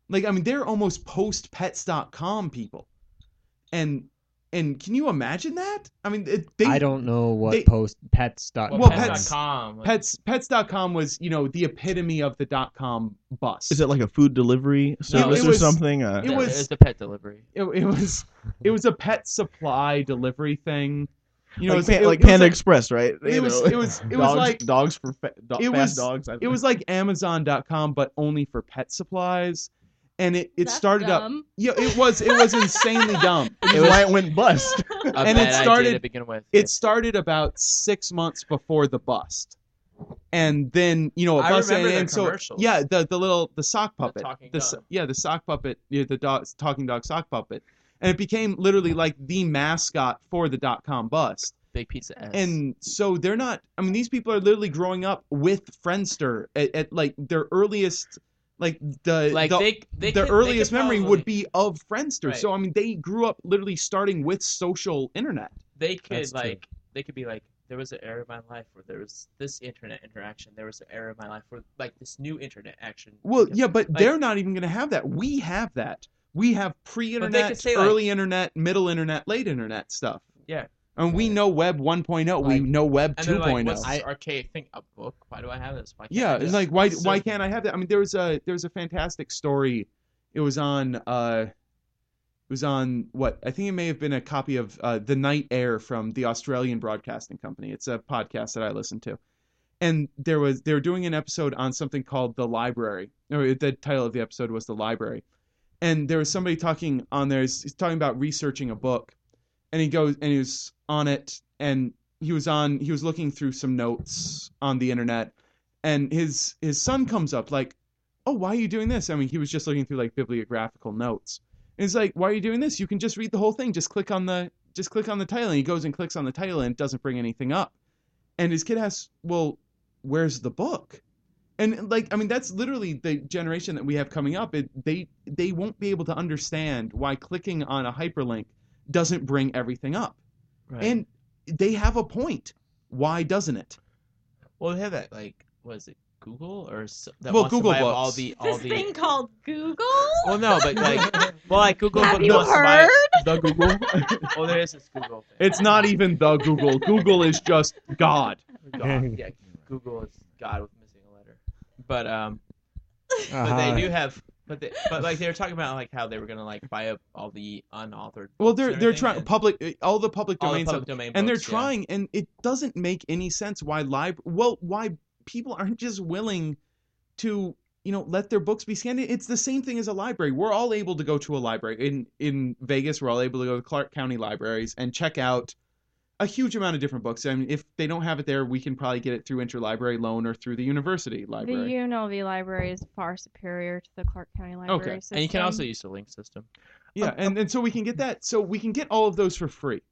Speaker 1: Like, I mean, they're almost post pets.com people. And and can you imagine that? I mean, it, they
Speaker 7: I don't know what
Speaker 1: they-
Speaker 7: post pets dot.
Speaker 1: Well,
Speaker 7: com.
Speaker 1: pets-
Speaker 4: pets.com.
Speaker 1: pets pets.com was you know the epitome of the dot com bust
Speaker 2: Is it like a food delivery service
Speaker 1: was-
Speaker 2: or something? Uh,
Speaker 1: it
Speaker 4: it
Speaker 1: was-
Speaker 4: was the pet delivery.
Speaker 1: it, it was it was a pet supply delivery thing you know
Speaker 2: like,
Speaker 1: it was,
Speaker 2: Pan-
Speaker 1: it-
Speaker 2: like
Speaker 1: it was
Speaker 2: Panda
Speaker 1: like-
Speaker 2: Express, right?
Speaker 1: it
Speaker 2: You
Speaker 1: was,
Speaker 2: know,
Speaker 1: it was it was
Speaker 2: dogs,
Speaker 1: like
Speaker 2: dogs for fa- do-
Speaker 1: it
Speaker 2: fast
Speaker 1: was-
Speaker 2: dogs. I think.
Speaker 1: it was like amazon.com but only for pet supplies and it, it
Speaker 6: That's
Speaker 1: started up
Speaker 6: dumb.
Speaker 1: yeah it was it was insanely dumb
Speaker 2: It was why it went bust.
Speaker 4: A
Speaker 1: And it
Speaker 4: bad
Speaker 1: started-
Speaker 4: idea to begin with.
Speaker 1: it started about six months before the bust and then you know a
Speaker 4: I
Speaker 1: bus
Speaker 4: remember
Speaker 1: and,
Speaker 4: the
Speaker 1: and so
Speaker 4: commercials.
Speaker 1: yeah the the little the sock puppet
Speaker 4: talking
Speaker 1: s-
Speaker 4: dog.
Speaker 1: yeah the sock puppet yeah, the dog talking dog sock puppet and it became literally like the mascot for the dot com bust
Speaker 4: big pizza S.
Speaker 1: and so they're not i mean these people are literally growing up with friendster at, at like their earliest like the
Speaker 4: like
Speaker 1: the,
Speaker 4: they, they
Speaker 1: their
Speaker 4: could- they
Speaker 1: earliest
Speaker 4: could
Speaker 1: memory
Speaker 4: probably-
Speaker 1: would be of friendster so i mean they grew up literally starting with social internet
Speaker 4: they could
Speaker 7: That's true.
Speaker 4: like they could be like there was an era of my life where there was this internet interaction there was an era of my life where like this new internet action
Speaker 1: Well,
Speaker 4: because-
Speaker 1: yeah, but
Speaker 4: Like-
Speaker 1: they're not even going to have that. We have that. We have
Speaker 4: could
Speaker 1: pre-internet,
Speaker 4: say, like-
Speaker 1: early internet, middle internet, late internet stuff.
Speaker 4: Yeah.
Speaker 1: And we know Web 1.0. we
Speaker 7: Like-
Speaker 1: know Web oh.
Speaker 4: and they're like
Speaker 1: 2.0.
Speaker 4: what's this archaic thing a book why do i have this why can't
Speaker 1: yeah,
Speaker 4: I
Speaker 1: it's
Speaker 4: just
Speaker 1: like why
Speaker 4: so-
Speaker 1: why can't I have that? I mean, there was a there was a fantastic story. It was on uh, it was on what I think it may have been a copy of uh, the Night Air from the Australian Broadcasting Company. It's a podcast that I listen to, and there was they were doing an episode on something called the Library. Or the title of the episode was the Library, and there was somebody talking on there. He's, he's talking about researching a book, and he goes and he was on it, and he was on he was looking through some notes on the internet and his his son comes up like oh why are you doing this i mean he was just looking through like bibliographical notes and he's like why are you doing this you can just read the whole thing just click on the just click on the title and he goes and clicks on the title and it doesn't bring anything up and his kid asks well where's the book and like i mean that's literally the generation that we have coming up it, they they won't be able to understand why clicking on a hyperlink doesn't bring everything up
Speaker 4: Right.
Speaker 1: and they have a point why doesn't it
Speaker 4: well they have that like was it google or s- that
Speaker 1: Well,
Speaker 4: wants to
Speaker 1: Google
Speaker 4: buy up all
Speaker 1: Books.
Speaker 4: the all
Speaker 6: This
Speaker 4: the
Speaker 6: thing called Google.
Speaker 4: well no but like well like google
Speaker 6: Have
Speaker 4: Book
Speaker 6: you
Speaker 4: wants to buy
Speaker 6: heard?
Speaker 2: the Google.
Speaker 4: well there is this google thing.
Speaker 1: It's not even the Google. Google is just God.
Speaker 4: Oh god yeah google is god with missing a letter but um but
Speaker 7: Uh-huh.
Speaker 4: they do have but they, but like they were talking about like how they were gonna like buy up all the unauthored
Speaker 1: Well,
Speaker 4: books
Speaker 1: they're
Speaker 4: and
Speaker 1: they're
Speaker 4: everything,
Speaker 1: trying
Speaker 4: and
Speaker 1: public all the public
Speaker 4: all the
Speaker 1: domain stuff,
Speaker 4: public domain
Speaker 1: and they're
Speaker 4: books, yeah.
Speaker 1: trying, and it doesn't make any sense why lib well why people aren't just willing to you know let their books be scanned. It's the same thing as a library. We're all able to go to a library in in Vegas. We're all able to go to Clark County libraries and check out a huge amount of different books. I mean, if they don't have it there, we can probably get it through interlibrary loan or through the university
Speaker 6: The
Speaker 1: library.
Speaker 6: UNLV library is far superior to the Clark County Library
Speaker 1: Okay.
Speaker 6: system.
Speaker 4: and you can also use the link system
Speaker 1: Yeah,
Speaker 2: Um,
Speaker 1: and, and so we can get that. So we can get all of those for free.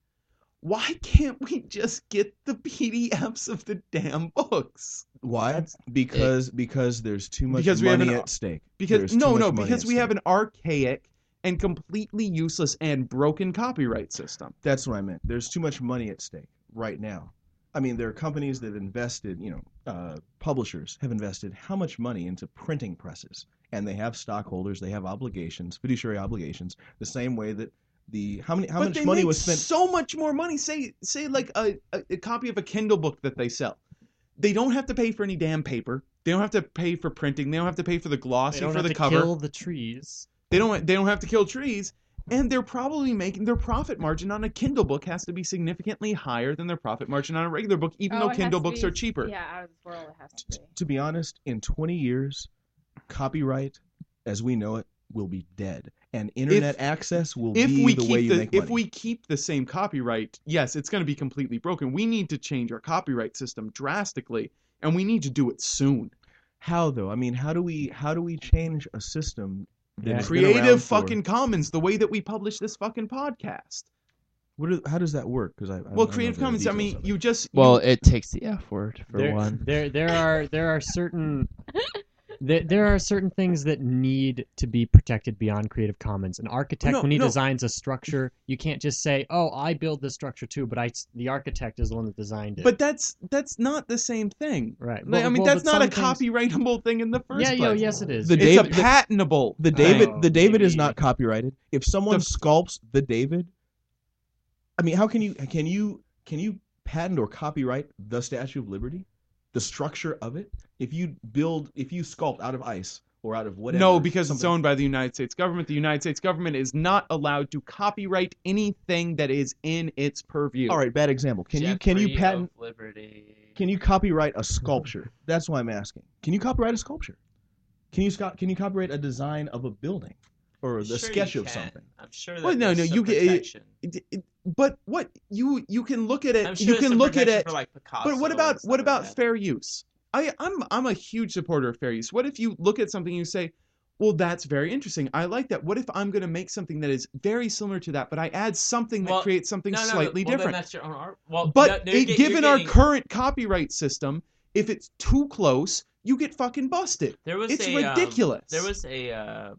Speaker 1: Why can't we just get the PDFs of the damn books?
Speaker 2: Why? Because because there's too much
Speaker 1: Because we have
Speaker 2: money
Speaker 1: an-
Speaker 2: at stake. There's
Speaker 1: Because
Speaker 2: too
Speaker 1: no,
Speaker 2: much
Speaker 1: no,
Speaker 2: money
Speaker 1: because
Speaker 2: at
Speaker 1: we have
Speaker 2: stake.
Speaker 1: an archaic and completely useless and broken copyright system.
Speaker 2: That's what I meant. There's too much money at stake right now. I mean, there are companies that have invested. You know, uh, publishers have invested how much money into printing presses, and they have stockholders. They have obligations, fiduciary obligations, the same way that the how many how
Speaker 1: but
Speaker 2: much
Speaker 1: they
Speaker 2: money
Speaker 1: make
Speaker 2: was spent
Speaker 1: so much more money. Say say like a, a, a copy of a Kindle book that they sell. They don't have to pay for any damn paper. They don't have to pay for printing. They don't have to pay for the glossy
Speaker 7: They don't
Speaker 1: for
Speaker 7: have
Speaker 1: the
Speaker 7: to
Speaker 1: cover.
Speaker 7: kill the trees.
Speaker 1: They don't they don't have to kill trees, and they're probably making their profit margin on a Kindle book has to be significantly higher than their profit margin on a regular book, even
Speaker 6: Oh, it
Speaker 1: though
Speaker 6: has
Speaker 1: Kindle
Speaker 6: to
Speaker 1: books
Speaker 6: be-
Speaker 1: are cheaper.
Speaker 6: Yeah, out of this world it has to be.
Speaker 2: to be honest, in 20 years, copyright, as we know it, will be dead, and internet access will
Speaker 1: If
Speaker 2: be
Speaker 1: we
Speaker 2: the way
Speaker 1: keep
Speaker 2: you
Speaker 1: the
Speaker 2: make money.
Speaker 1: if we keep the same copyright, yes, it's going to be completely broken. We need to change our copyright system drastically, and we need to do it soon.
Speaker 2: How though? I mean, how do we how do we change a system that
Speaker 7: Yeah.
Speaker 2: has been around
Speaker 1: Creative
Speaker 2: for-
Speaker 1: fucking Commons, the way that we publish this fucking podcast.
Speaker 2: What? Are, how does that work? Because I, I don't know
Speaker 1: well, Creative
Speaker 2: the
Speaker 1: Commons. I
Speaker 2: details
Speaker 1: mean,
Speaker 2: of it.
Speaker 1: you just you-
Speaker 4: Well, it takes the F word for
Speaker 7: there,
Speaker 4: one.
Speaker 7: There, there are there are certain there, there are certain things that need to be protected beyond Creative Commons. An architect,
Speaker 1: No,
Speaker 7: when he
Speaker 1: no.
Speaker 7: designs a structure, you can't just say, "Oh, I build this structure too," but I the architect is the one that designed it.
Speaker 1: but that's that's not the same thing.
Speaker 7: right,
Speaker 1: Like, I
Speaker 7: Well,
Speaker 1: mean,
Speaker 7: well,
Speaker 1: that's
Speaker 7: but
Speaker 1: not a
Speaker 7: some things-
Speaker 1: copyrightable thing in the first
Speaker 7: Yeah,
Speaker 1: place.
Speaker 7: yo, yes, it is.
Speaker 2: The
Speaker 1: it's
Speaker 2: David-
Speaker 1: a
Speaker 2: the-
Speaker 1: patentable.
Speaker 2: the David,
Speaker 7: Oh,
Speaker 2: the David is
Speaker 7: maybe.
Speaker 2: not copyrighted. If someone
Speaker 1: The-
Speaker 2: sculpts the David, I mean, how can you can you can you patent or copyright the Statue of Liberty, the structure of it? If you build, if you sculpt out of ice or out of whatever,
Speaker 1: no, because it's
Speaker 2: something-
Speaker 1: owned by the United States government. The United States government is not allowed to copyright anything that is in its purview.
Speaker 2: All right, bad example. Can you can you patent?
Speaker 4: Liberty?
Speaker 2: Can you copyright a sculpture? That's why I'm asking. Can you copyright a sculpture? Can you sco- can you copyright a design of a building or the sketch of something?
Speaker 4: I'm sure.
Speaker 1: Well,
Speaker 4: that
Speaker 1: no,
Speaker 4: there's
Speaker 1: no,
Speaker 4: some
Speaker 1: you get- it-
Speaker 4: protection.
Speaker 1: It- it- But what you you can look at it.
Speaker 4: I'm sure
Speaker 1: you
Speaker 4: there's
Speaker 1: can
Speaker 4: some
Speaker 1: look at
Speaker 4: protection
Speaker 1: it.
Speaker 4: for, like, Picasso
Speaker 1: But what
Speaker 4: and
Speaker 1: about
Speaker 4: stuff
Speaker 1: what
Speaker 4: like
Speaker 1: about
Speaker 4: that.
Speaker 1: fair use? I I'm I'm a huge supporter of fair use. What if you look at something and you say, "Well, that's very interesting. I like that. What if I'm going to make something that is very similar to that, but I add something that
Speaker 4: Well,
Speaker 1: creates something
Speaker 4: No, no, no,
Speaker 1: slightly
Speaker 4: well, then
Speaker 1: different?"
Speaker 4: that's your own art. Well,
Speaker 1: But
Speaker 4: no, no, you
Speaker 1: it-
Speaker 4: get- you're
Speaker 1: given our
Speaker 4: getting-
Speaker 1: current copyright system, if it's too close, you get fucking busted.
Speaker 4: there was
Speaker 1: it's
Speaker 4: a, um,
Speaker 1: ridiculous.
Speaker 4: there was a uh,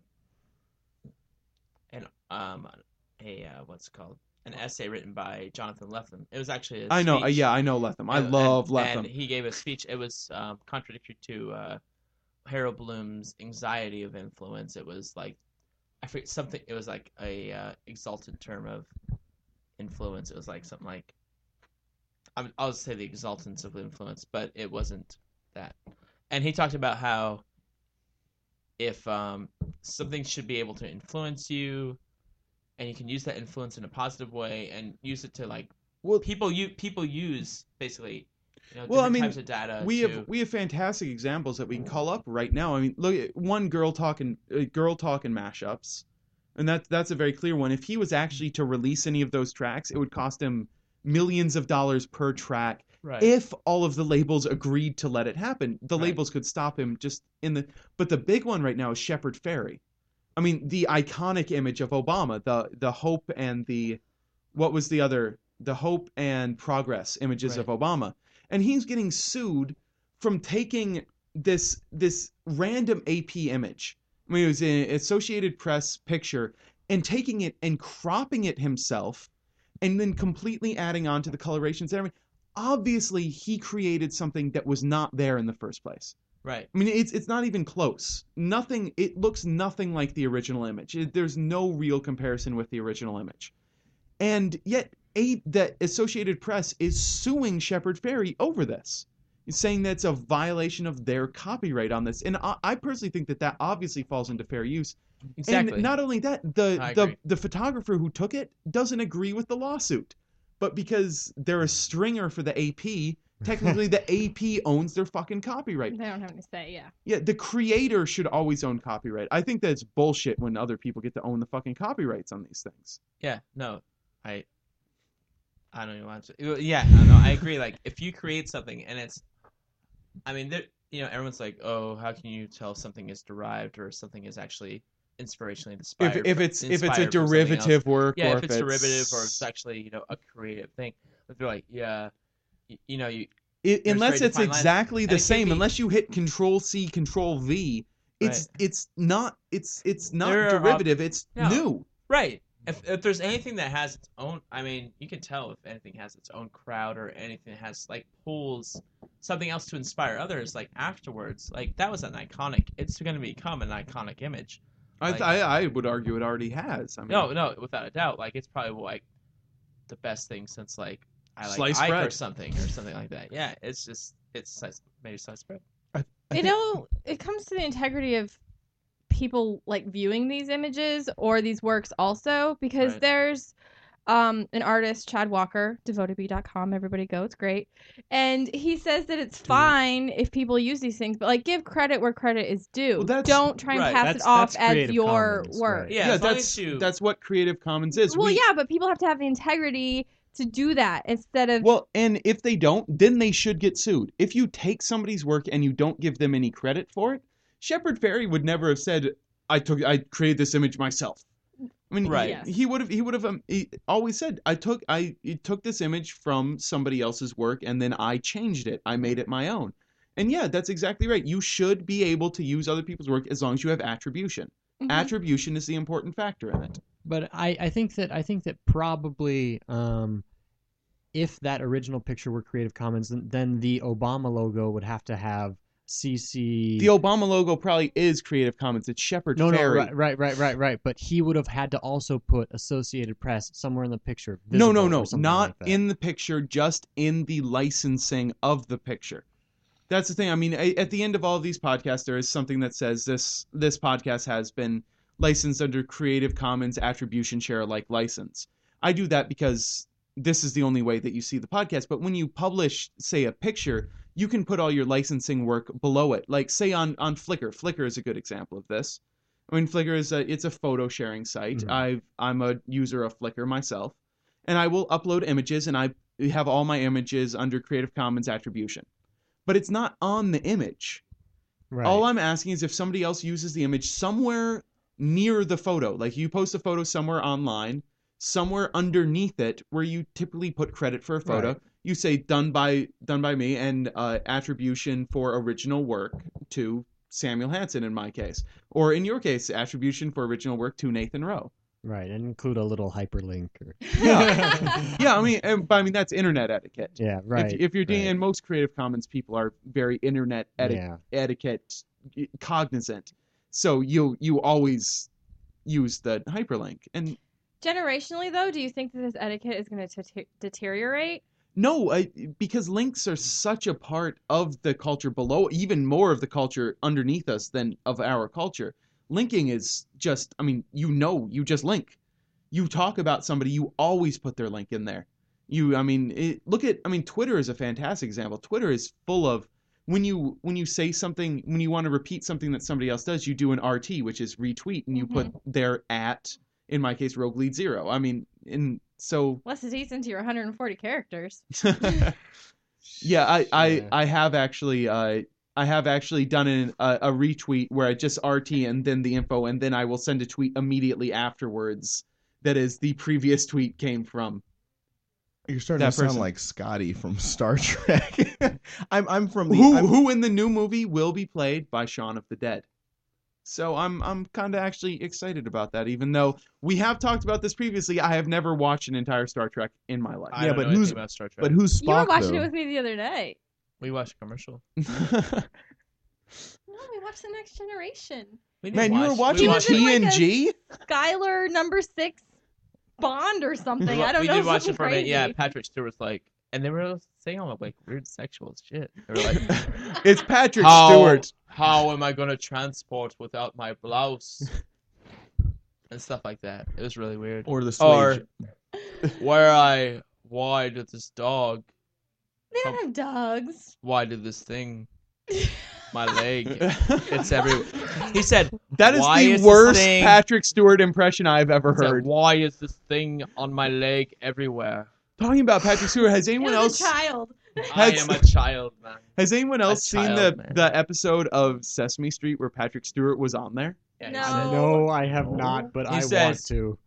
Speaker 4: an um a uh, what's it called an essay written by Jonathan Lethem. It was actually a
Speaker 1: I know. uh,
Speaker 4: speech.
Speaker 1: yeah, I know Lethem. I
Speaker 4: And-
Speaker 1: love
Speaker 4: and,
Speaker 1: Lethem.
Speaker 4: And he gave a speech. It was um, contradictory to uh, Harold Bloom's anxiety of influence. It was like I forget something. It was like a uh, exalted term of influence. It was like something like I mean, I'll say the exaltance of influence, but it wasn't that. And he talked about how if um, something should be able to influence you, and you can use that influence in a positive way, and use it to like
Speaker 1: Well-
Speaker 4: people you people use basically you know,
Speaker 1: Well, I
Speaker 4: different
Speaker 1: mean,
Speaker 4: types of data.
Speaker 1: we
Speaker 4: uh, to,
Speaker 1: have we have fantastic examples that we can call up right now. I mean, look at one girl talking uh, girl talking mashups, and that that's a very clear one. If he was actually to release any of those tracks, it would cost him millions of dollars per track.
Speaker 4: right.
Speaker 1: If all of the labels agreed to let it happen, the
Speaker 4: Right.
Speaker 1: labels could stop him just in the. But the big one right now is Shepard Ferry. I mean, the iconic image of Obama, the the hope and the what was the other the hope and progress images of Obama, and he's getting sued from taking this this random AP image. I mean, it was an Associated Press picture, and taking it and cropping it himself, and then completely adding on to the colorations and everything. Obviously, he created something that was not there in the first place.
Speaker 4: right.
Speaker 1: I mean, it's it's not even close. Nothing. It looks nothing like the original image. It- there's no real comparison with the original image, and yet a that Associated Press is suing Shepard Ferry over this, saying that's a violation of their copyright on this. And I, I personally think that that obviously falls into fair use.
Speaker 4: Exactly.
Speaker 1: And not only that,
Speaker 4: I
Speaker 1: the the,
Speaker 4: agree.
Speaker 1: the photographer who took it doesn't agree with the lawsuit. But because they're a stringer for the AP, technically the AP owns their fucking copyright.
Speaker 6: They don't have any say. Yeah.
Speaker 1: Yeah, the creator should always own copyright. I think that's bullshit when other people get to own the fucking copyrights on these things.
Speaker 4: Yeah, no, I, I don't even want to. Yeah, no, no, I agree. Like, if you create something and it's, I mean, there, you know, everyone's like, oh, how can you tell if something is derived or something is actually inspirationally
Speaker 1: If,
Speaker 4: inspired?
Speaker 1: if
Speaker 4: fr-
Speaker 1: it's if it's a
Speaker 4: inspired from something else?
Speaker 1: derivative work,
Speaker 4: yeah,
Speaker 1: or
Speaker 4: if it's derivative or if it's actually you know a creative thing, but they're like, yeah, you, you know, you
Speaker 1: I- unless
Speaker 4: very
Speaker 1: it's
Speaker 4: defined lines.
Speaker 1: exactly
Speaker 4: And
Speaker 1: the
Speaker 4: it can
Speaker 1: same,
Speaker 4: be-
Speaker 1: unless you hit Control C, Control V, it's it's not it's it's not
Speaker 4: There are op-
Speaker 1: derivative. it's
Speaker 4: No.
Speaker 1: new.
Speaker 4: right. If, if there's anything that has its own, I mean, you can tell if anything has its own crowd or anything that has like pulls something else to inspire others. Like afterwards, like that was an iconic. It's going to become an iconic image.
Speaker 1: I,
Speaker 4: Like-
Speaker 1: I I would argue it already has. I mean,
Speaker 4: No, no, without a doubt. Like it's probably like the best thing since like I like
Speaker 1: Sliced
Speaker 4: Ike or
Speaker 1: bread.
Speaker 4: something or something like that. Yeah, it's just it's sliced, maybe sliced bread.
Speaker 2: I
Speaker 6: you
Speaker 2: think-
Speaker 6: know, it comes to the integrity of people like viewing these images or these works also because
Speaker 4: Right.
Speaker 6: there's um an artist Chad Walker devotedbee.com everybody go it's great and he says that it's fine if people use these things but like give credit where credit is due
Speaker 1: Well, that's-
Speaker 6: don't try and
Speaker 4: right,
Speaker 6: pass it
Speaker 7: that's-
Speaker 6: off
Speaker 7: that's
Speaker 6: as
Speaker 7: Creative
Speaker 6: your
Speaker 7: Commons,
Speaker 6: work
Speaker 7: right.
Speaker 4: Yeah, as long
Speaker 1: that's
Speaker 4: as you-
Speaker 1: that's what Creative Commons is.
Speaker 6: well
Speaker 1: We-
Speaker 6: yeah but people have to have the integrity to do that instead of
Speaker 1: Well, and if they don't, then they should get sued. If you take somebody's work and you don't give them any credit for it, Shepard Ferry would never have said, "I took, I created this image myself." I mean,
Speaker 4: Right.
Speaker 6: Yes.
Speaker 1: he would have he would have um, he always said I took I it took this image from somebody else's work and then I changed it. I made it my own. And yeah, that's exactly right. You should be able to use other people's work as long as you have attribution.
Speaker 6: Mhm.
Speaker 1: Attribution is the important factor in it.
Speaker 7: but I, I think that I think that probably um, if that original picture were Creative Commons, then, then the Obama logo would have to have CC.
Speaker 1: The Obama logo probably is Creative Commons. It's Shepard
Speaker 7: no, no,
Speaker 1: Fairey.
Speaker 7: right, right, right, right, right. But he would have had to also put Associated Press somewhere in the picture.
Speaker 1: No, no,
Speaker 7: visible
Speaker 1: no,
Speaker 7: or something
Speaker 1: not
Speaker 7: like that.
Speaker 1: in the picture, just in the licensing of the picture. That's the thing. I mean, a- at the end of all of these podcasts, there is something that says this this podcast has been licensed under Creative Commons Attribution Share Alike license. I do that because this is the only way that you see the podcast. But when you publish, say, a picture, you can put all your licensing work below it. Like, say on on Flickr. Flickr is a good example of this. I mean, Flickr is a it's a photo sharing site.
Speaker 7: Mhm.
Speaker 1: I've I'm a user of Flickr myself and I will upload images and I have all my images under Creative Commons attribution. But it's not on the image.
Speaker 7: right.
Speaker 1: All I'm asking is if somebody else uses the image somewhere near the photo, like you post a photo somewhere online, somewhere underneath it where you typically put credit for a photo, you say done by done by me and uh, attribution for original work to Samuel Hansen in my case, or in your case, attribution for original work to Nathan Rowe.
Speaker 7: right, and include a little hyperlink. Or,
Speaker 1: Yeah. Yeah, I mean, and- but I mean that's internet etiquette.
Speaker 7: yeah, right.
Speaker 1: If, if you're doing,
Speaker 7: right.
Speaker 1: and most Creative Commons people are very internet eti-
Speaker 7: yeah,
Speaker 1: etiquette cognizant, so you you always use the hyperlink. And
Speaker 6: Generationally, though, do you think that this etiquette is going to deteriorate?
Speaker 1: no, I, because links are such a part of the culture below, even more of the culture underneath us than of our culture. Linking is just, I mean, you know, you just link. You talk about somebody, you always put their link in there. You, I mean, it, look at, I mean, Twitter is a fantastic example. Twitter is full of when you when you say something when you want to repeat something that somebody else does you do an rt which is retweet and you put their at in my case rogue lead zero i mean and so
Speaker 6: Less it eats into your 140 characters.
Speaker 1: yeah, I, I
Speaker 7: Yeah.
Speaker 1: I have actually uh, I have actually done an, a, a retweet where I just RT and then the info and then I will send a tweet immediately afterwards that is the previous tweet came from.
Speaker 2: You're starting
Speaker 1: That
Speaker 2: to sound
Speaker 1: person.
Speaker 2: like Scotty from Star Trek. I'm I'm from the
Speaker 1: Who
Speaker 2: I'm-
Speaker 1: who in the new movie will be played by Shaun of the Dead. So I'm I'm kind of actually excited about that even though we have talked about this previously I have never watched an entire Star Trek in my life.
Speaker 4: I
Speaker 2: Yeah,
Speaker 4: don't
Speaker 2: but
Speaker 4: know anything
Speaker 2: who's-
Speaker 4: about Star Trek?
Speaker 2: but who's
Speaker 6: you were
Speaker 2: Spock
Speaker 6: watching
Speaker 2: though?
Speaker 6: it with me the other night.
Speaker 4: we watched a commercial.
Speaker 6: No, we watched The Next Generation.
Speaker 4: We didn't
Speaker 1: Man, you were
Speaker 4: watch-
Speaker 1: watching
Speaker 4: we
Speaker 6: He
Speaker 4: watched-
Speaker 6: in,
Speaker 1: T
Speaker 6: like,
Speaker 1: and
Speaker 6: a-
Speaker 1: G?
Speaker 6: Skylar number six Bond or something.
Speaker 4: We wa-
Speaker 6: I don't
Speaker 4: we
Speaker 6: know.
Speaker 4: did watch
Speaker 6: something
Speaker 4: it for a minute. Yeah,
Speaker 6: crazy.
Speaker 4: Patrick Stewart's like, and they were saying all like weird sexual shit. They were like,
Speaker 1: It's Patrick
Speaker 4: how,
Speaker 1: Stewart.
Speaker 4: How am I gonna transport without my blouse? and stuff like that. It was really weird.
Speaker 2: or the Slave
Speaker 4: Or where I why did this dog
Speaker 6: They don't have dogs.
Speaker 4: why did this thing my leg it's everywhere. He said
Speaker 1: That is
Speaker 4: Why
Speaker 1: the
Speaker 4: is this
Speaker 1: worst
Speaker 4: thing-
Speaker 1: Patrick Stewart impression I've ever
Speaker 4: he said,
Speaker 1: heard.
Speaker 4: why is this thing on my leg everywhere?
Speaker 1: Talking about Patrick Stewart, has
Speaker 6: It
Speaker 1: anyone
Speaker 6: was
Speaker 1: else
Speaker 6: a child.
Speaker 4: I
Speaker 1: That's-
Speaker 4: am a child, man.
Speaker 1: has anyone else
Speaker 4: a
Speaker 1: seen
Speaker 4: child,
Speaker 1: the
Speaker 4: man.
Speaker 1: the episode of Sesame Street where Patrick Stewart was on there?
Speaker 4: Yeah,
Speaker 6: No.
Speaker 4: he said,
Speaker 7: no, I have not, but
Speaker 4: He
Speaker 7: I
Speaker 4: says-
Speaker 7: want to.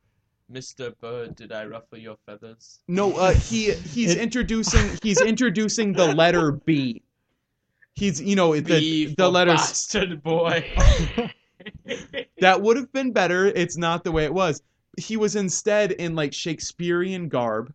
Speaker 4: Mr. Bird, did I ruffle your feathers?
Speaker 1: No, uh, he he's
Speaker 7: It-
Speaker 1: introducing he's introducing the letter B. He's you know
Speaker 4: B
Speaker 1: the
Speaker 4: for
Speaker 1: the letters
Speaker 4: bastard boy.
Speaker 1: that would have been better. It's not the way it was. He was instead in like Shakespearean garb.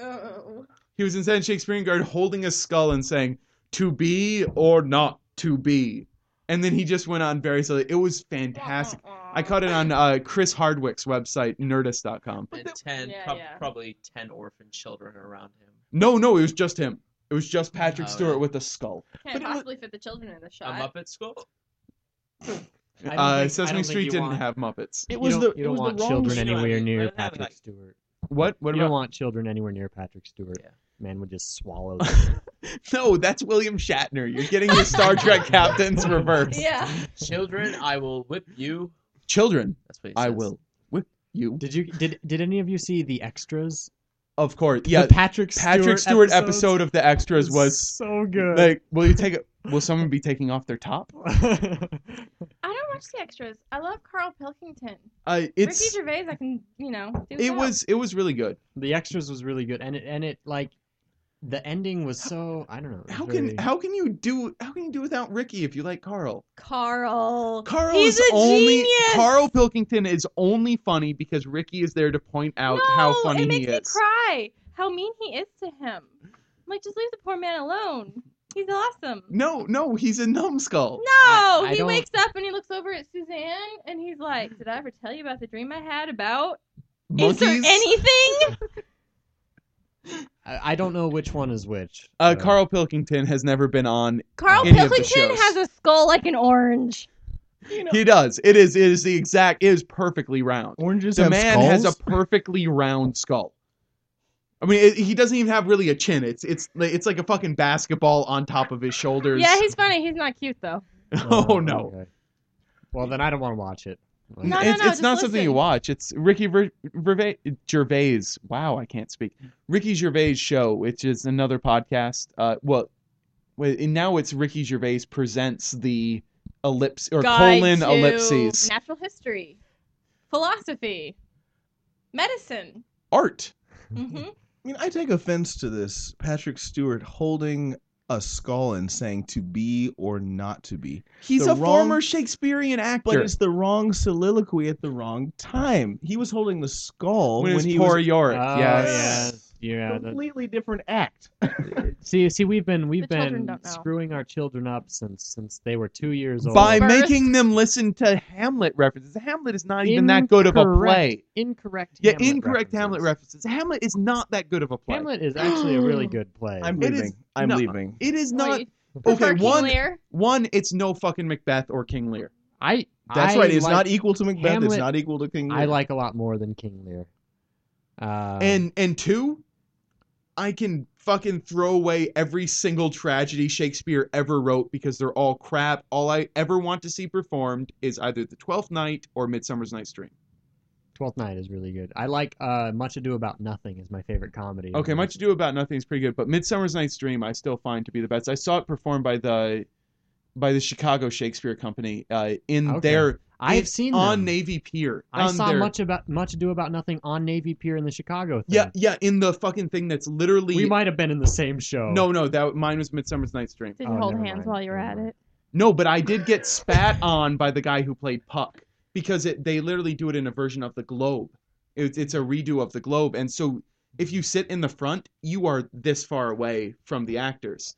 Speaker 6: Oh.
Speaker 1: He was instead in Shakespearean guard holding a skull and saying, to be or not to be. And then he just went on very silly. It was fantastic. I caught it on uh, Chris Hardwick's website, nerdist.com.
Speaker 4: and ten,
Speaker 6: Yeah,
Speaker 4: prob-
Speaker 6: yeah.
Speaker 4: probably ten orphan children around him.
Speaker 1: No, no, it was just him. It was just Patrick
Speaker 4: Oh,
Speaker 1: Stewart
Speaker 4: yeah.
Speaker 1: with a skull.
Speaker 6: Can't
Speaker 1: it was-
Speaker 6: possibly fit the children in the
Speaker 4: I'm
Speaker 6: shot.
Speaker 4: up at school.
Speaker 7: I
Speaker 1: Uh,
Speaker 7: don't think- I
Speaker 1: Sesame
Speaker 7: don't think
Speaker 1: Street
Speaker 7: you
Speaker 1: didn't
Speaker 7: want-
Speaker 1: have Muppets.
Speaker 2: It
Speaker 7: you
Speaker 2: was
Speaker 7: don't-
Speaker 2: the
Speaker 7: you
Speaker 2: it
Speaker 7: don't
Speaker 2: was
Speaker 7: want
Speaker 2: the wrong
Speaker 7: children
Speaker 4: You know,
Speaker 7: anywhere
Speaker 4: I mean, I
Speaker 7: near
Speaker 4: don't have,
Speaker 7: Patrick
Speaker 4: like-
Speaker 7: Stewart.
Speaker 1: What? What
Speaker 7: you don't
Speaker 1: about?
Speaker 7: want children anywhere near Patrick Stewart.
Speaker 4: Yeah.
Speaker 7: Man would just swallow them.
Speaker 1: No, that's William Shatner. You're getting your Star Trek captains reversed.
Speaker 6: Yeah.
Speaker 4: Children, I will whip you.
Speaker 1: Children,
Speaker 4: That's what he
Speaker 1: I
Speaker 4: says.
Speaker 1: will whip you.
Speaker 7: did you did did any of you see the extras?
Speaker 1: Of course,
Speaker 7: The
Speaker 1: yeah.
Speaker 7: Patrick Stewart
Speaker 1: Patrick Stewart
Speaker 7: episodes?
Speaker 1: episode of the extras was
Speaker 7: so good.
Speaker 1: Uh, like, will you take? it? Will someone be taking off their top?
Speaker 6: I don't watch the extras. I love Carl Pilkington.
Speaker 1: Uh,
Speaker 6: Ricky
Speaker 1: it's
Speaker 6: Gervais, I can, you know, do
Speaker 1: it
Speaker 6: without.
Speaker 1: was it was really good.
Speaker 7: The extras was really good, and it and it like the ending was so I don't know. it was
Speaker 1: How can
Speaker 7: very-
Speaker 1: how can you do how can you do without Ricky if you like Carl?
Speaker 6: Carl.
Speaker 1: Carl
Speaker 6: He's
Speaker 1: is
Speaker 6: a
Speaker 1: only
Speaker 6: genius!
Speaker 1: Carl Pilkington is only funny because Ricky is there to point out
Speaker 6: no,
Speaker 1: how funny
Speaker 6: it
Speaker 1: he
Speaker 6: makes me
Speaker 1: is.
Speaker 6: cry. How mean he is to him. I'm like, just leave the poor man alone. He's awesome.
Speaker 1: No, no, he's a numbskull.
Speaker 6: No,
Speaker 7: I
Speaker 6: he
Speaker 7: don't-
Speaker 6: wakes up and he looks over at Suzanne and he's like, "Did I ever tell you about the dream I had about
Speaker 1: Monkeys.
Speaker 6: insert anything?"
Speaker 7: I, I don't know which one is which.
Speaker 1: uh,
Speaker 7: so-
Speaker 1: Carl Pilkington has never been on.
Speaker 6: Carl
Speaker 1: Any of the
Speaker 6: Pilkington
Speaker 1: shows.
Speaker 6: has a skull like an orange.
Speaker 1: He does. It is it is the exact it is perfectly round.
Speaker 2: Oranges
Speaker 1: The
Speaker 2: have
Speaker 1: man
Speaker 2: skulls.
Speaker 1: has a perfectly round skull. I mean, it, he doesn't even have really a chin. It's it's it's like a fucking basketball on top of his shoulders.
Speaker 6: Yeah, he's funny. He's not cute though.
Speaker 1: oh no.
Speaker 7: okay. Well, then I don't want to watch it.
Speaker 2: Oh,
Speaker 7: Like,
Speaker 6: No, no,
Speaker 1: it's,
Speaker 6: no,
Speaker 1: it's
Speaker 6: just
Speaker 1: not something you
Speaker 6: listen.
Speaker 1: watch. It's Ricky Ver- Verve- Gervais. Wow, I can't speak. Ricky Gervais show, which is another podcast. Uh, well, wait, and now it's Ricky Gervais presents the ellipse or
Speaker 6: Guide
Speaker 1: colon
Speaker 6: to
Speaker 1: ellipses
Speaker 6: Natural history, philosophy, medicine.
Speaker 1: art.
Speaker 2: I
Speaker 6: hmm
Speaker 2: mean, I take offense to this Patrick Stewart holding a skull and saying to be or not to be.
Speaker 1: He's
Speaker 2: The
Speaker 1: a
Speaker 2: wrong-
Speaker 1: former Shakespearean
Speaker 2: But
Speaker 1: actor.
Speaker 2: it's the wrong soliloquy at the wrong time. He was holding the skull
Speaker 1: When
Speaker 2: when,
Speaker 1: it was
Speaker 2: he
Speaker 1: poor
Speaker 2: was
Speaker 1: Yorick,
Speaker 7: Oh,
Speaker 1: yes.
Speaker 7: yeah, yeah.
Speaker 2: a
Speaker 7: that-
Speaker 2: completely different act.
Speaker 7: see, see, we've been we've
Speaker 6: The children
Speaker 7: been
Speaker 6: don't know.
Speaker 7: screwing our children up since since they were two years old.
Speaker 1: By
Speaker 6: First-
Speaker 1: making them listen to Hamlet references. Hamlet is not even that good of a play.
Speaker 7: incorrect.
Speaker 1: Yeah,
Speaker 7: Hamlet
Speaker 1: incorrect
Speaker 7: references.
Speaker 1: Hamlet references. Hamlet is not that good of a play.
Speaker 7: Hamlet is actually a really good play.
Speaker 2: I'm
Speaker 1: It is-
Speaker 2: leaving. I'm
Speaker 1: no.
Speaker 2: leaving.
Speaker 1: It is
Speaker 6: Well,
Speaker 1: not.
Speaker 6: you
Speaker 1: Okay,
Speaker 6: prefer King
Speaker 1: one
Speaker 6: Lear?
Speaker 1: One, it's no fucking Macbeth or King Lear.
Speaker 7: I
Speaker 2: That's
Speaker 7: I
Speaker 2: right. It's
Speaker 7: like-
Speaker 2: not equal to Macbeth.
Speaker 7: Hamlet-
Speaker 2: it's not equal to King Lear.
Speaker 7: I like a lot more than King Lear. Um,
Speaker 1: and and two, I can fucking throw away every single tragedy Shakespeare ever wrote because they're all crap. All I ever want to see performed is either The Twelfth Night or Midsummer's Night's Dream.
Speaker 7: Twelfth Night is really good. I like uh, Much Ado About Nothing is my favorite comedy.
Speaker 1: Okay, Much Ado About Nothing is pretty good, but Midsummer's Night's Dream I still find to be the best. I saw it performed by the by the Chicago Shakespeare Company uh, in
Speaker 7: Okay.
Speaker 1: their
Speaker 7: I've
Speaker 1: it's
Speaker 7: seen
Speaker 1: on
Speaker 7: them.
Speaker 1: Navy Pier.
Speaker 7: I
Speaker 1: on
Speaker 7: saw
Speaker 1: their-
Speaker 7: Much About Much Ado About Nothing on Navy Pier in the Chicago thing.
Speaker 1: Yeah, yeah, in the fucking thing that's literally
Speaker 7: we might have been in the same show.
Speaker 1: No, no, that mine was Midsummer's Night's Dream.
Speaker 6: Did
Speaker 7: Oh,
Speaker 6: you hold
Speaker 7: never
Speaker 6: hands
Speaker 7: mind,
Speaker 6: while you were at
Speaker 7: never mind.
Speaker 6: it?
Speaker 1: No, but I did get spat on by the guy who played Puck because it, they literally do it in a version of the Globe. It, it's a redo of the Globe, and so if you sit in the front, you are this far away from the actors,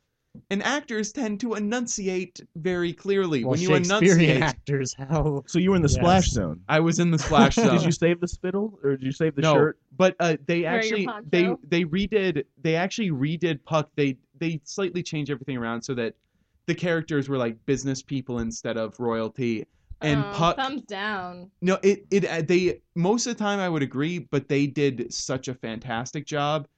Speaker 1: and actors tend to enunciate very clearly
Speaker 7: well,
Speaker 1: when you
Speaker 7: Shakespearean
Speaker 1: enunciate.
Speaker 7: actors. How
Speaker 2: So you were in the
Speaker 7: Yes.
Speaker 2: splash zone.
Speaker 1: I was in the splash zone.
Speaker 2: Did you save the spittle or did you save the
Speaker 1: no,
Speaker 2: shirt?
Speaker 1: but uh, they
Speaker 6: Wear your
Speaker 1: actually
Speaker 6: poncho.
Speaker 1: they they redid they actually redid Puck. They they slightly changed everything around so that the characters were like business people instead of royalty. And
Speaker 6: Oh,
Speaker 1: Puck,
Speaker 6: thumbs down.
Speaker 1: no, it it uh, they most of the time I would agree, but they did such a fantastic job,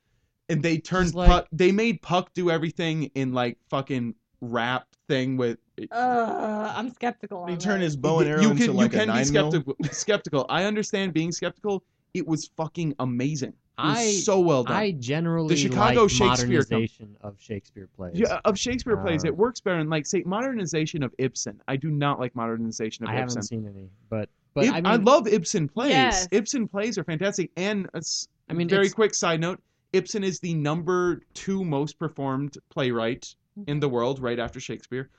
Speaker 1: and they turned
Speaker 7: Just like-
Speaker 1: Puck. They made Puck do everything in like fucking rap thing with.
Speaker 6: Uh, I'm skeptical.
Speaker 2: He
Speaker 6: on
Speaker 2: turned
Speaker 6: that.
Speaker 2: his bow and arrow
Speaker 1: you
Speaker 2: into
Speaker 1: can
Speaker 2: like
Speaker 1: you can
Speaker 2: a
Speaker 1: be
Speaker 2: nine mil.
Speaker 1: skeptical. skeptical. I understand being skeptical. It was fucking amazing. It was
Speaker 7: I
Speaker 1: so well done.
Speaker 7: I generally
Speaker 1: The Chicago
Speaker 7: like
Speaker 1: Shakespeare Com-
Speaker 7: modernization of Shakespeare plays.
Speaker 1: Yeah, of Shakespeare plays,
Speaker 7: Uh,
Speaker 1: it works better. And like, say, modernization of Ibsen. I do not like modernization of
Speaker 7: I haven't
Speaker 1: Ibsen.
Speaker 7: seen any, but but
Speaker 1: Ib-
Speaker 7: I mean,
Speaker 1: love Ibsen plays.
Speaker 6: Yes.
Speaker 1: Ibsen plays are fantastic. And a s-
Speaker 7: I mean,
Speaker 1: very
Speaker 7: it's-
Speaker 1: quick side note: Ibsen is the number two most performed playwright
Speaker 7: Mm-hmm.
Speaker 1: in the world, right after Shakespeare.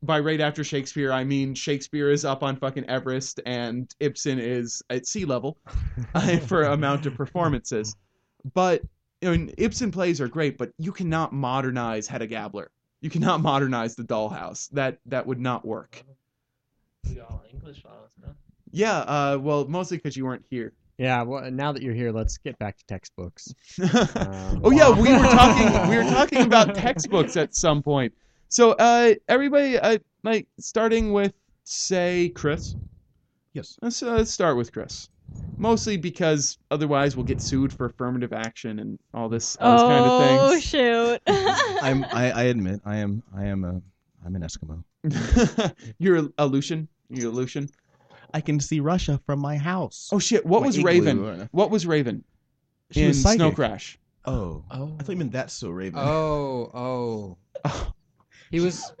Speaker 1: By right after Shakespeare, I mean Shakespeare is up on fucking Everest, and Ibsen is at sea level for amount of performances. But I mean, Ibsen plays are great, but you cannot modernize Hedda Gabler. You cannot modernize the Dollhouse. That that would not work. Yeah, uh, well, mostly because you weren't here.
Speaker 7: yeah. Well, now that you're here, let's get back to textbooks. Um,
Speaker 1: oh yeah, we were talking we were talking about textbooks at some point. So uh, everybody, uh, like starting with say Chris.
Speaker 2: Yes.
Speaker 1: Let's, uh, let's start with Chris, mostly because otherwise we'll get sued for affirmative action and all this all this kind of
Speaker 6: Oh
Speaker 1: things.
Speaker 6: shoot!
Speaker 2: I'm, I, I admit, I am, I am a, I'm an Eskimo.
Speaker 1: You're a Lucian. You're a Lucian.
Speaker 2: I can see Russia from my house.
Speaker 1: Oh shit! What
Speaker 2: My
Speaker 1: was
Speaker 2: igloo.
Speaker 1: Raven? What was Raven
Speaker 2: She
Speaker 1: in Oh.
Speaker 2: was psychic.
Speaker 1: Snow Crash?
Speaker 2: Oh,
Speaker 4: Oh,
Speaker 2: I thought you meant that's so Raven.
Speaker 8: Oh, oh.
Speaker 1: Oh,
Speaker 8: He was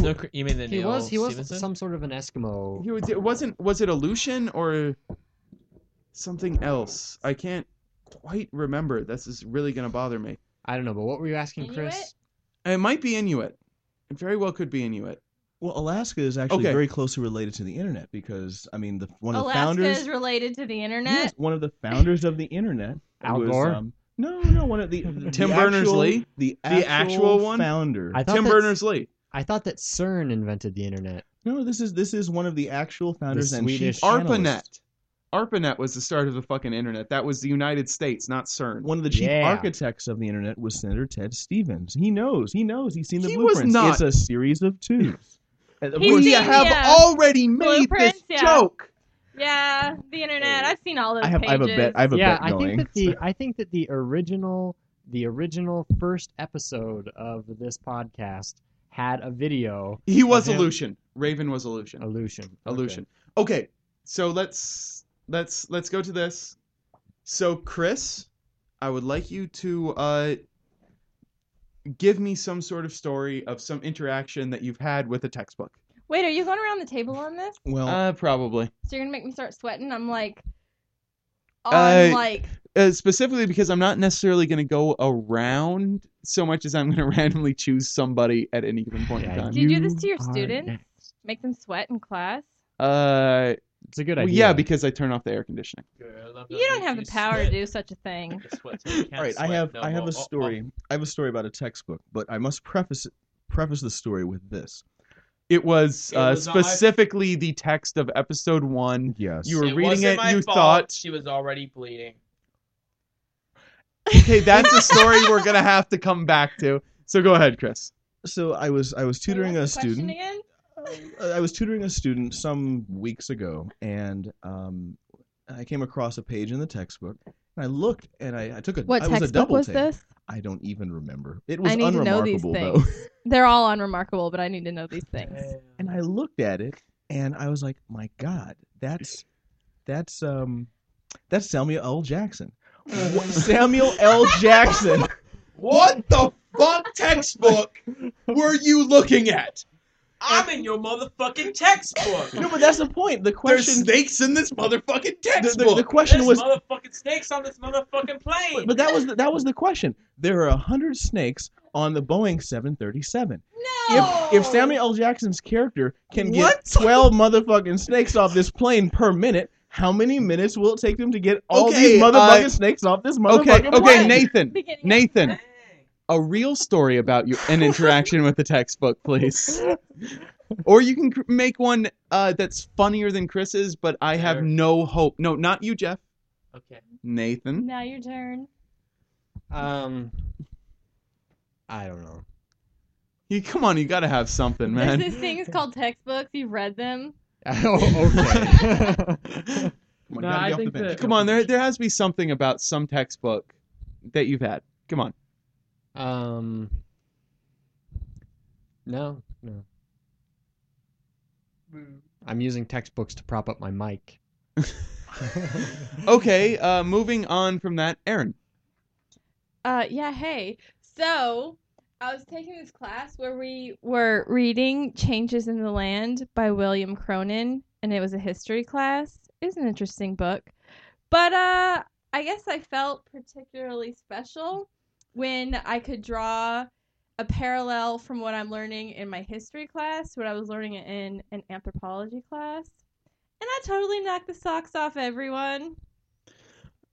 Speaker 4: So, cr- you mean the
Speaker 7: He
Speaker 4: Neil
Speaker 7: was he was
Speaker 4: Stevenson?
Speaker 7: some sort of an Eskimo.
Speaker 1: He was, it wasn't was it Aleutian or something else? I can't quite remember. This is really gonna bother me.
Speaker 7: I don't know, but what were you asking,
Speaker 6: Inuit?
Speaker 7: Chris?
Speaker 1: It might be Inuit. It very well could be Inuit.
Speaker 2: Well, Alaska is actually
Speaker 1: Okay.
Speaker 2: very closely related to the internet because I mean, the one of the
Speaker 6: Alaska
Speaker 2: founders
Speaker 6: is related to the internet.
Speaker 2: Yes, one of the founders of the internet.
Speaker 7: Al
Speaker 2: was,
Speaker 7: Gore?
Speaker 2: um, no, no, one of the, the
Speaker 1: Tim
Speaker 2: the
Speaker 1: Berners-Lee?
Speaker 2: actual- The actual,
Speaker 1: The actual one?
Speaker 2: founder.
Speaker 7: I thought
Speaker 1: Tim
Speaker 7: that-
Speaker 1: Berners Lee.
Speaker 7: I thought that CERN invented the internet.
Speaker 2: no, this is this is one of the actual founders and
Speaker 7: Swedish-
Speaker 2: chief analyst.
Speaker 1: ARPANET. ARPANET was the start of the fucking internet. That was the United States, not CERN.
Speaker 2: One of the chief
Speaker 7: Yeah.
Speaker 2: architects of the internet was Senator Ted Stevens. He knows. He knows. He's seen the
Speaker 1: He was
Speaker 2: blueprints.
Speaker 1: not-
Speaker 2: It's a series of twos. And of
Speaker 6: He's
Speaker 2: course,
Speaker 1: we
Speaker 6: seen-
Speaker 1: have
Speaker 6: yeah.
Speaker 1: already made
Speaker 6: Blueprints,
Speaker 1: this
Speaker 6: yeah.
Speaker 1: joke.
Speaker 6: Yeah, the internet. I've seen all those
Speaker 2: I have. I have a
Speaker 6: pages.
Speaker 2: bet. I have a
Speaker 7: yeah,
Speaker 2: bet
Speaker 7: I
Speaker 2: going.
Speaker 7: think that the I think that the original the original first episode of this podcast had a video
Speaker 1: He was
Speaker 7: Of him.
Speaker 1: Aleutian. Raven was Aleutian.
Speaker 7: illusion.
Speaker 1: Illusion. Okay, so let's let's let's go to this. So Chris, I would like you to uh give me some sort of story of some interaction that you've had with a textbook.
Speaker 6: Wait, are you going around the table on this?
Speaker 2: well,
Speaker 1: Uh probably.
Speaker 6: So you're gonna make me start sweating? I'm like, on
Speaker 1: Uh,
Speaker 6: like
Speaker 1: Uh, specifically because I'm not necessarily going to go around so much as I'm going to randomly choose somebody at any given point in
Speaker 7: Yeah,
Speaker 1: time.
Speaker 6: Do you do this to your
Speaker 7: are
Speaker 6: students?
Speaker 7: next.
Speaker 6: make them sweat in class.
Speaker 1: Uh
Speaker 7: It's a good
Speaker 1: well,
Speaker 7: idea.
Speaker 1: yeah, because I turn off the air conditioning.
Speaker 6: You don't have the power to do such a thing.
Speaker 2: All right, I have I
Speaker 4: oh,
Speaker 2: have a story. I have a story about a textbook, but I must preface it, preface the story with this.
Speaker 1: It was,
Speaker 4: It
Speaker 1: uh,
Speaker 4: was on-
Speaker 1: specifically the text of episode 1.
Speaker 2: Yes.
Speaker 1: You were reading it, you thought
Speaker 4: she was already bleeding.
Speaker 1: Okay, that's a story we're gonna have to come back to. So go ahead, Chris.
Speaker 2: so I was I was tutoring a
Speaker 6: What's the question
Speaker 2: student.
Speaker 6: again?
Speaker 2: Uh, I was tutoring a student some weeks ago, and um, I came across a page in the textbook, and I looked, and I, I took a
Speaker 6: What
Speaker 2: I was a
Speaker 6: textbook
Speaker 2: double
Speaker 6: was
Speaker 2: take.
Speaker 6: this?
Speaker 2: I don't even remember. It was
Speaker 6: I need to know these
Speaker 2: unremarkable
Speaker 6: things.
Speaker 2: though.
Speaker 6: They're all unremarkable, but I need to know these things.
Speaker 2: and I looked at it and I was like, my God, that's that's um that's Samuel L. Jackson. What- Samuel L. Jackson.
Speaker 1: What the fuck textbook were you looking at?
Speaker 4: I'm in your motherfucking textbook.
Speaker 2: No, but that's the point. The question
Speaker 1: snakes in this motherfucking
Speaker 2: the, the, the question
Speaker 4: There's
Speaker 2: was
Speaker 4: motherfucking snakes on this motherfucking plane.
Speaker 2: but that was the, that was the question. There are a hundred snakes on the Boeing 737.
Speaker 6: No.
Speaker 2: If if Samuel L. Jackson's character can get
Speaker 1: Oh. What?
Speaker 2: 12 motherfucking snakes off this plane per minute, how many minutes will it take them to get all
Speaker 1: Okay,
Speaker 2: these motherfucking
Speaker 1: uh,
Speaker 2: snakes off this
Speaker 1: Okay,
Speaker 2: motherfucking
Speaker 1: okay,
Speaker 2: plane?
Speaker 1: Nathan.
Speaker 6: Beginning of-
Speaker 1: Nathan, a real story about you, an interaction with the textbook, please. Or you can cr- make one uh, that's funnier than Chris's, but I have
Speaker 4: Sure.
Speaker 1: no hope. No, not you, Jeff.
Speaker 4: Okay.
Speaker 1: Nathan.
Speaker 6: Now your turn.
Speaker 7: Um, I don't know.
Speaker 1: You, come on, you gotta have something,
Speaker 6: There's
Speaker 1: man.
Speaker 6: these things called textbooks. You've read them.
Speaker 7: oh, okay.
Speaker 2: Come on,
Speaker 4: No,
Speaker 2: gotta
Speaker 4: I
Speaker 2: get off the
Speaker 4: think
Speaker 2: bench.
Speaker 4: that-
Speaker 1: Come on, there there has to be something about some textbook that you've had. Come on.
Speaker 7: um, no, no. I'm using textbooks to prop up my mic.
Speaker 1: Okay, uh, moving on from that, Aaron.
Speaker 6: Uh, yeah, hey. So, I was taking this class where we were reading Changes in the Land by William Cronin, and it was a history class. It was an interesting book. But uh, I guess I felt particularly special when I could draw a parallel from what I'm learning in my history class to what I was learning in an anthropology class. And I totally knocked the socks off everyone.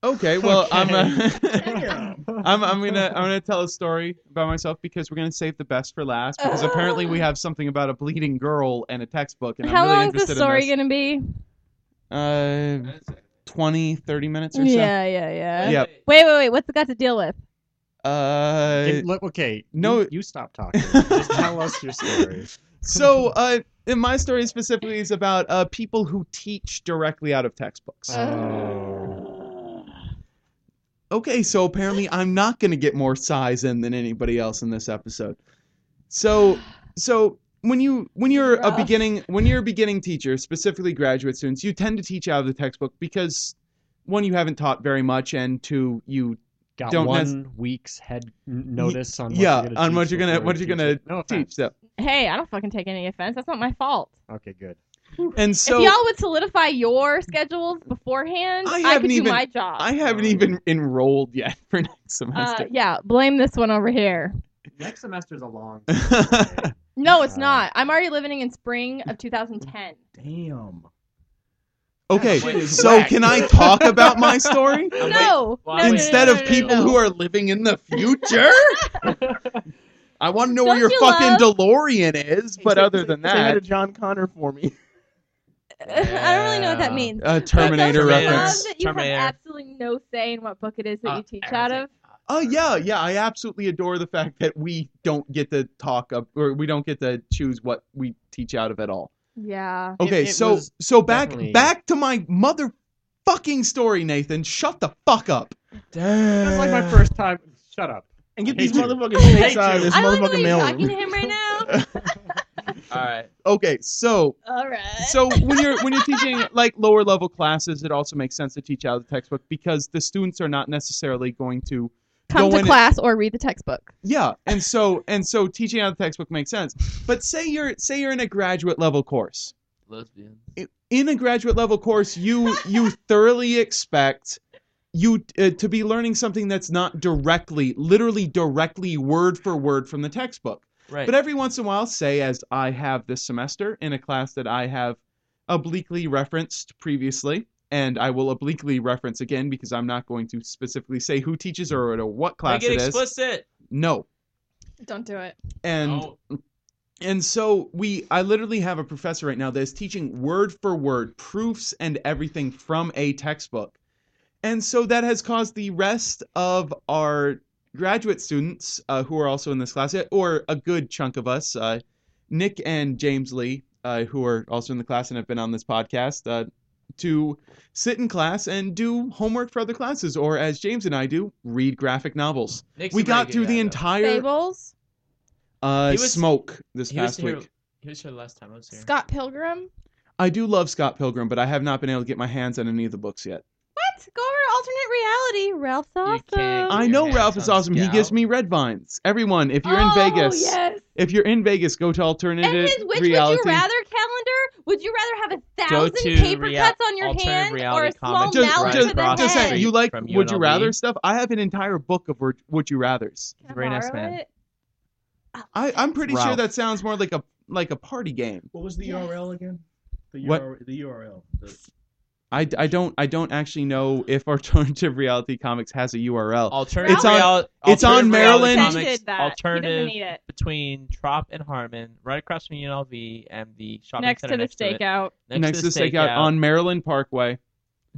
Speaker 1: Okay, well I'm uh, I'm
Speaker 7: I'm,
Speaker 1: I'm gonna I'm gonna tell a story about myself because we're gonna save the best for last because apparently we have something about a bleeding girl and a textbook and
Speaker 6: How
Speaker 1: I'm really
Speaker 6: long's
Speaker 1: interested
Speaker 6: the story
Speaker 1: in
Speaker 6: going to be?
Speaker 1: this. Uh, 20, 30 minutes or so.
Speaker 6: Yeah, yeah, yeah.
Speaker 1: Yep.
Speaker 6: Wait, wait, wait. What's it got to deal with?
Speaker 1: Uh,
Speaker 7: look, okay.
Speaker 1: no-
Speaker 7: you, you stop talking. Just tell us your story.
Speaker 1: so uh, in my story specifically is about uh, people who teach directly out of textbooks.
Speaker 7: Oh.
Speaker 1: Okay, so apparently I'm not going to get more size in than anybody else in this episode. So, so when you when you're a
Speaker 6: Rough.
Speaker 1: beginning when you're a beginning teacher, specifically graduate students, you tend to teach out of the textbook because one you haven't taught very much, and two you
Speaker 7: Got
Speaker 1: Don't
Speaker 7: one
Speaker 1: nec-
Speaker 7: week's head n- notice on what
Speaker 1: yeah,
Speaker 7: you're gonna
Speaker 1: on
Speaker 7: teach
Speaker 1: what you're gonna-
Speaker 7: before
Speaker 1: what
Speaker 7: you
Speaker 1: you're
Speaker 7: teach
Speaker 1: gonna
Speaker 7: it. no
Speaker 1: teach
Speaker 7: offense.
Speaker 1: them.
Speaker 6: Hey, I don't fucking take any offense. That's not my fault.
Speaker 7: Okay, good.
Speaker 1: And so
Speaker 6: if y'all would solidify your schedules beforehand,
Speaker 1: I
Speaker 6: I,
Speaker 1: haven't
Speaker 6: could do
Speaker 1: even-
Speaker 6: my job.
Speaker 1: I haven't even enrolled yet for next semester.
Speaker 6: uh, yeah, blame this one over here.
Speaker 7: Next semester's a long.
Speaker 6: No, it's
Speaker 7: Uh,
Speaker 6: not. I'm already living in spring of 2010.
Speaker 2: Damn.
Speaker 1: okay,
Speaker 4: That shit is
Speaker 1: so
Speaker 4: whack.
Speaker 1: can I talk about my story?
Speaker 4: I'm
Speaker 6: no,
Speaker 7: wait-
Speaker 6: no, no,
Speaker 1: Instead
Speaker 6: no,
Speaker 1: of
Speaker 6: no, no,
Speaker 1: people
Speaker 6: no.
Speaker 1: who are living in the future? I want to know where
Speaker 6: Don't
Speaker 1: your
Speaker 6: you
Speaker 1: fucking DeLorean is, but other than
Speaker 2: say hi to
Speaker 1: that,
Speaker 2: John Connor for me.
Speaker 6: I don't really know what that
Speaker 4: Yeah.
Speaker 6: means.
Speaker 1: uh,
Speaker 6: But don't
Speaker 1: Terminator
Speaker 6: you love
Speaker 1: reference.
Speaker 6: That you
Speaker 4: Terminator.
Speaker 6: have absolutely no say in what book it is that
Speaker 4: Uh,
Speaker 6: you teach out of.
Speaker 1: Oh yeah, yeah. I absolutely adore the fact that we don't get to talk up, or we don't get to choose what we teach out of at all.
Speaker 6: Yeah.
Speaker 1: Okay,
Speaker 7: it
Speaker 1: so
Speaker 7: was
Speaker 1: so back
Speaker 7: definitely-
Speaker 1: back to my motherfucking story, Nathan. Shut the fuck up.
Speaker 2: Damn.
Speaker 7: That's like my first time. Shut up.
Speaker 2: And get
Speaker 7: I
Speaker 2: these
Speaker 7: hate you.
Speaker 2: motherfucking snakes
Speaker 7: you.
Speaker 2: out of this
Speaker 6: I don't like the
Speaker 2: motherfucking
Speaker 6: way you're talking to
Speaker 2: mailroom.
Speaker 6: him right now.
Speaker 4: All right.
Speaker 1: Okay, so
Speaker 6: All right.
Speaker 1: so when you're when you're teaching like lower level classes, it also makes sense to teach out of the textbook because the students are not necessarily going to
Speaker 6: come
Speaker 1: go
Speaker 6: to
Speaker 1: in-
Speaker 6: class or read the textbook.
Speaker 1: Yeah, and so and so teaching out of the textbook makes sense. But say you're say you're in a graduate level course.
Speaker 4: Lesbians.
Speaker 1: in a graduate level course, you you thoroughly expect you uh, to be learning something that's not directly, literally directly word for word from the textbook.
Speaker 4: Right.
Speaker 1: But every once in a while, say as I have this semester in a class that I have obliquely referenced previously, and I will obliquely reference again because I'm not going to specifically say who teaches or, or what class
Speaker 4: Make
Speaker 1: it
Speaker 4: it
Speaker 1: is.
Speaker 4: explicit. Oh.
Speaker 1: No,
Speaker 6: Don't do it.
Speaker 1: and
Speaker 4: No.
Speaker 1: and so we I literally have a professor right now that is teaching word for word proofs and everything from a textbook. And so that has caused the rest of our graduate students uh, who are also in this class, or a good chunk of us, uh, Nick and James Lee, uh, who are also in the class and have been on this podcast, uh, to sit in class and do homework for other classes, or as James and I do, read graphic novels.
Speaker 4: Nick's
Speaker 1: we
Speaker 4: a very
Speaker 1: got
Speaker 4: good
Speaker 1: through
Speaker 4: guy,
Speaker 1: the
Speaker 4: though.
Speaker 1: entire
Speaker 6: Fables,
Speaker 1: uh,
Speaker 4: He was-
Speaker 1: smoke this
Speaker 4: He was
Speaker 1: past
Speaker 4: here.
Speaker 1: week.
Speaker 4: He was here last time I was here.
Speaker 6: Scott Pilgrim.
Speaker 1: I do love Scott Pilgrim, but I have not been able to get my hands on any of the books yet.
Speaker 6: What? Go over to alternate reality. Ralph's awesome.
Speaker 4: can't-
Speaker 1: I
Speaker 4: Your
Speaker 1: know
Speaker 4: hands
Speaker 1: Ralph is
Speaker 4: on
Speaker 1: awesome. He
Speaker 4: Scout.
Speaker 1: gives me red vines. Everyone, if you're in
Speaker 6: oh,
Speaker 1: Vegas,
Speaker 6: yes.
Speaker 1: if you're in Vegas, go to alternative
Speaker 6: And his which
Speaker 1: reality.
Speaker 6: would you rather calendar? Would you rather have a
Speaker 4: Go
Speaker 6: thousand
Speaker 4: to
Speaker 6: paper
Speaker 4: rea-
Speaker 6: cuts on your
Speaker 4: alternative
Speaker 6: hand or a
Speaker 4: reality
Speaker 6: small
Speaker 4: comic
Speaker 1: just,
Speaker 6: mallet
Speaker 4: right
Speaker 1: just,
Speaker 6: to the
Speaker 4: across
Speaker 1: just
Speaker 4: the
Speaker 6: head?
Speaker 1: saying,
Speaker 4: street
Speaker 1: you like
Speaker 4: from
Speaker 1: would you
Speaker 4: UNLV.
Speaker 1: rather stuff? I have an entire book of would- would you rather's.
Speaker 6: Can I
Speaker 4: Very nice
Speaker 6: borrow
Speaker 4: man.
Speaker 6: it?
Speaker 1: I, I'm pretty sure
Speaker 4: Ralph.
Speaker 1: that sounds more like a like a party game.
Speaker 2: What was the
Speaker 6: Yes.
Speaker 2: URL again? The
Speaker 1: What?
Speaker 2: URL. The URL. The-
Speaker 1: I, I don't I don't actually know if alternative reality comics has a URL.
Speaker 4: Alternative
Speaker 6: It's on-
Speaker 4: real-
Speaker 1: it's on
Speaker 4: alternative reality
Speaker 1: Maryland-
Speaker 6: He
Speaker 4: Comics,
Speaker 6: did that. He doesn't
Speaker 4: alternative
Speaker 6: need it.
Speaker 4: between Trop and Harmon, right across from UNLV and the shopping
Speaker 6: Next
Speaker 4: center
Speaker 6: to the
Speaker 4: next to it.
Speaker 6: stakeout.
Speaker 1: next, to the stakeout on Maryland Parkway.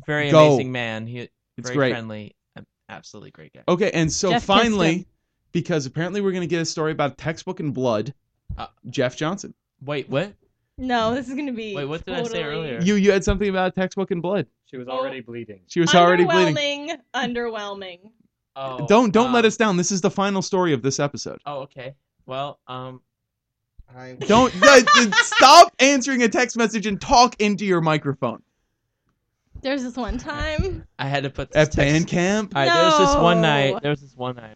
Speaker 4: Very
Speaker 1: Go.
Speaker 4: amazing man. He
Speaker 1: It's
Speaker 4: very
Speaker 1: great. Oh.
Speaker 4: friendly. An Absolutely great guy.
Speaker 1: Okay, and so
Speaker 6: Jeff kissed
Speaker 1: finally,
Speaker 6: him.
Speaker 1: because apparently we're going to get a story about textbook and blood,
Speaker 4: Uh,
Speaker 1: Jeff Johnson.
Speaker 4: Wait, what?
Speaker 6: No, this is gonna be.
Speaker 4: Wait, what did I say
Speaker 6: totally
Speaker 4: earlier?
Speaker 1: You you had something about textbook and blood.
Speaker 7: She was already bleeding.
Speaker 1: She was already bleeding.
Speaker 6: Underwhelming. Underwhelming.
Speaker 4: Oh,
Speaker 1: Don't don't let
Speaker 4: um,
Speaker 1: us down. This is the final story of this episode.
Speaker 4: Oh, okay. Well, um,
Speaker 2: I
Speaker 1: Don't th- th- stop answering a text message and talk into your microphone.
Speaker 6: There's this one time.
Speaker 4: I had to put this
Speaker 1: At
Speaker 4: text-
Speaker 1: Bandcamp.
Speaker 4: All right, there was this one
Speaker 6: No.
Speaker 4: night. There was this one night.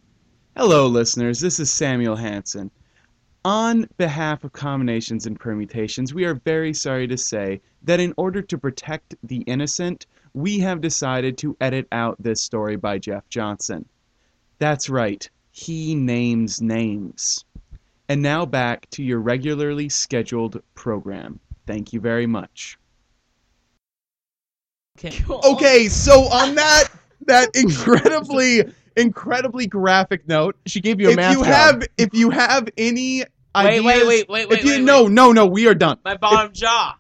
Speaker 1: Hello, listeners. This is Samuel Hansen. On behalf of Combinations and Permutations, we are very sorry to say that in order to protect the innocent, we have decided to edit out this story by Jeff Johnson. That's right, he names names. And now back to your regularly scheduled program. Thank you very much.
Speaker 4: Okay.
Speaker 1: Okay, so on that that incredibly incredibly graphic note,
Speaker 2: She gave you a
Speaker 1: if
Speaker 2: math
Speaker 1: you
Speaker 2: job.
Speaker 1: have if you have any
Speaker 4: Wait,
Speaker 1: ideas,
Speaker 4: wait, wait, wait, wait.
Speaker 1: if you
Speaker 4: wait,
Speaker 1: no
Speaker 4: wait.
Speaker 1: no no we are done
Speaker 4: my bottom jaw.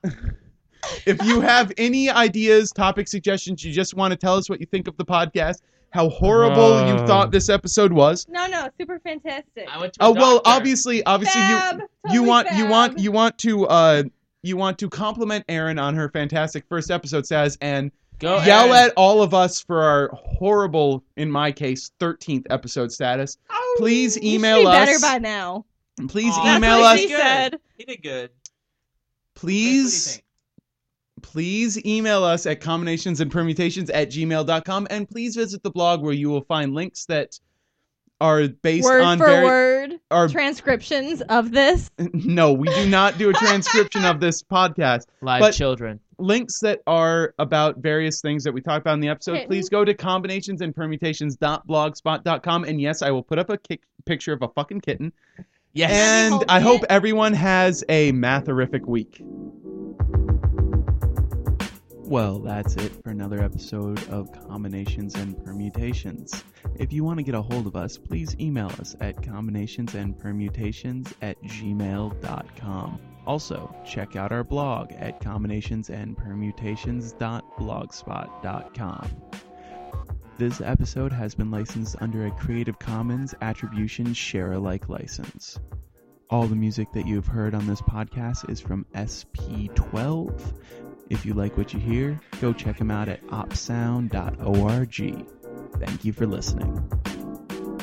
Speaker 1: if you have any ideas topic suggestions you just want to tell us what you think of the podcast how horrible you
Speaker 4: Uh.
Speaker 1: thought this episode was
Speaker 6: No, no, super fantastic.
Speaker 4: I went to. a
Speaker 1: oh well
Speaker 4: doctor.
Speaker 1: obviously obviously
Speaker 6: Fab,
Speaker 1: you you
Speaker 6: totally
Speaker 1: want you
Speaker 6: fab.
Speaker 1: want you want to uh you want to compliment Erin on her fantastic first episode says and
Speaker 4: Go
Speaker 1: yell
Speaker 4: Aaron.
Speaker 1: at all of us for our horrible in my case 13th episode status please
Speaker 6: You should
Speaker 1: email
Speaker 6: be
Speaker 1: us
Speaker 6: better by now.
Speaker 1: please
Speaker 4: Aw.
Speaker 1: email
Speaker 6: That's what
Speaker 1: us
Speaker 6: she
Speaker 4: Good.
Speaker 6: said.
Speaker 4: He did good.
Speaker 1: please please email us at combinations and permutations at gmail.com and please visit the blog where you will find links that are based
Speaker 6: word
Speaker 1: on
Speaker 6: for
Speaker 1: very
Speaker 6: word
Speaker 1: are
Speaker 6: transcriptions of this.
Speaker 1: no, we do not do a transcription of this podcast.
Speaker 4: Live
Speaker 1: But-
Speaker 4: children.
Speaker 1: Links that are about various things that we talked about in the episode,
Speaker 6: Okay.
Speaker 1: please go to combinations and permutations.blogspot.com. And yes, I will put up a kick- picture of a fucking kitten.
Speaker 4: Yes.
Speaker 1: And
Speaker 6: Hold
Speaker 1: I hope
Speaker 6: it.
Speaker 1: everyone has a mathorific week. Well, that's it for another episode of Combinations and Permutations. If you want to get a hold of us, please email us at combinationsandpermutations at gmail.com. Also, check out our blog at combinationsandpermutations.blogspot.com. This episode has been licensed under a Creative Commons Attribution Share Alike license. All the music that you've heard on this podcast is from SP12. If you like what you hear, go check them out at opsound.org. Thank you for listening.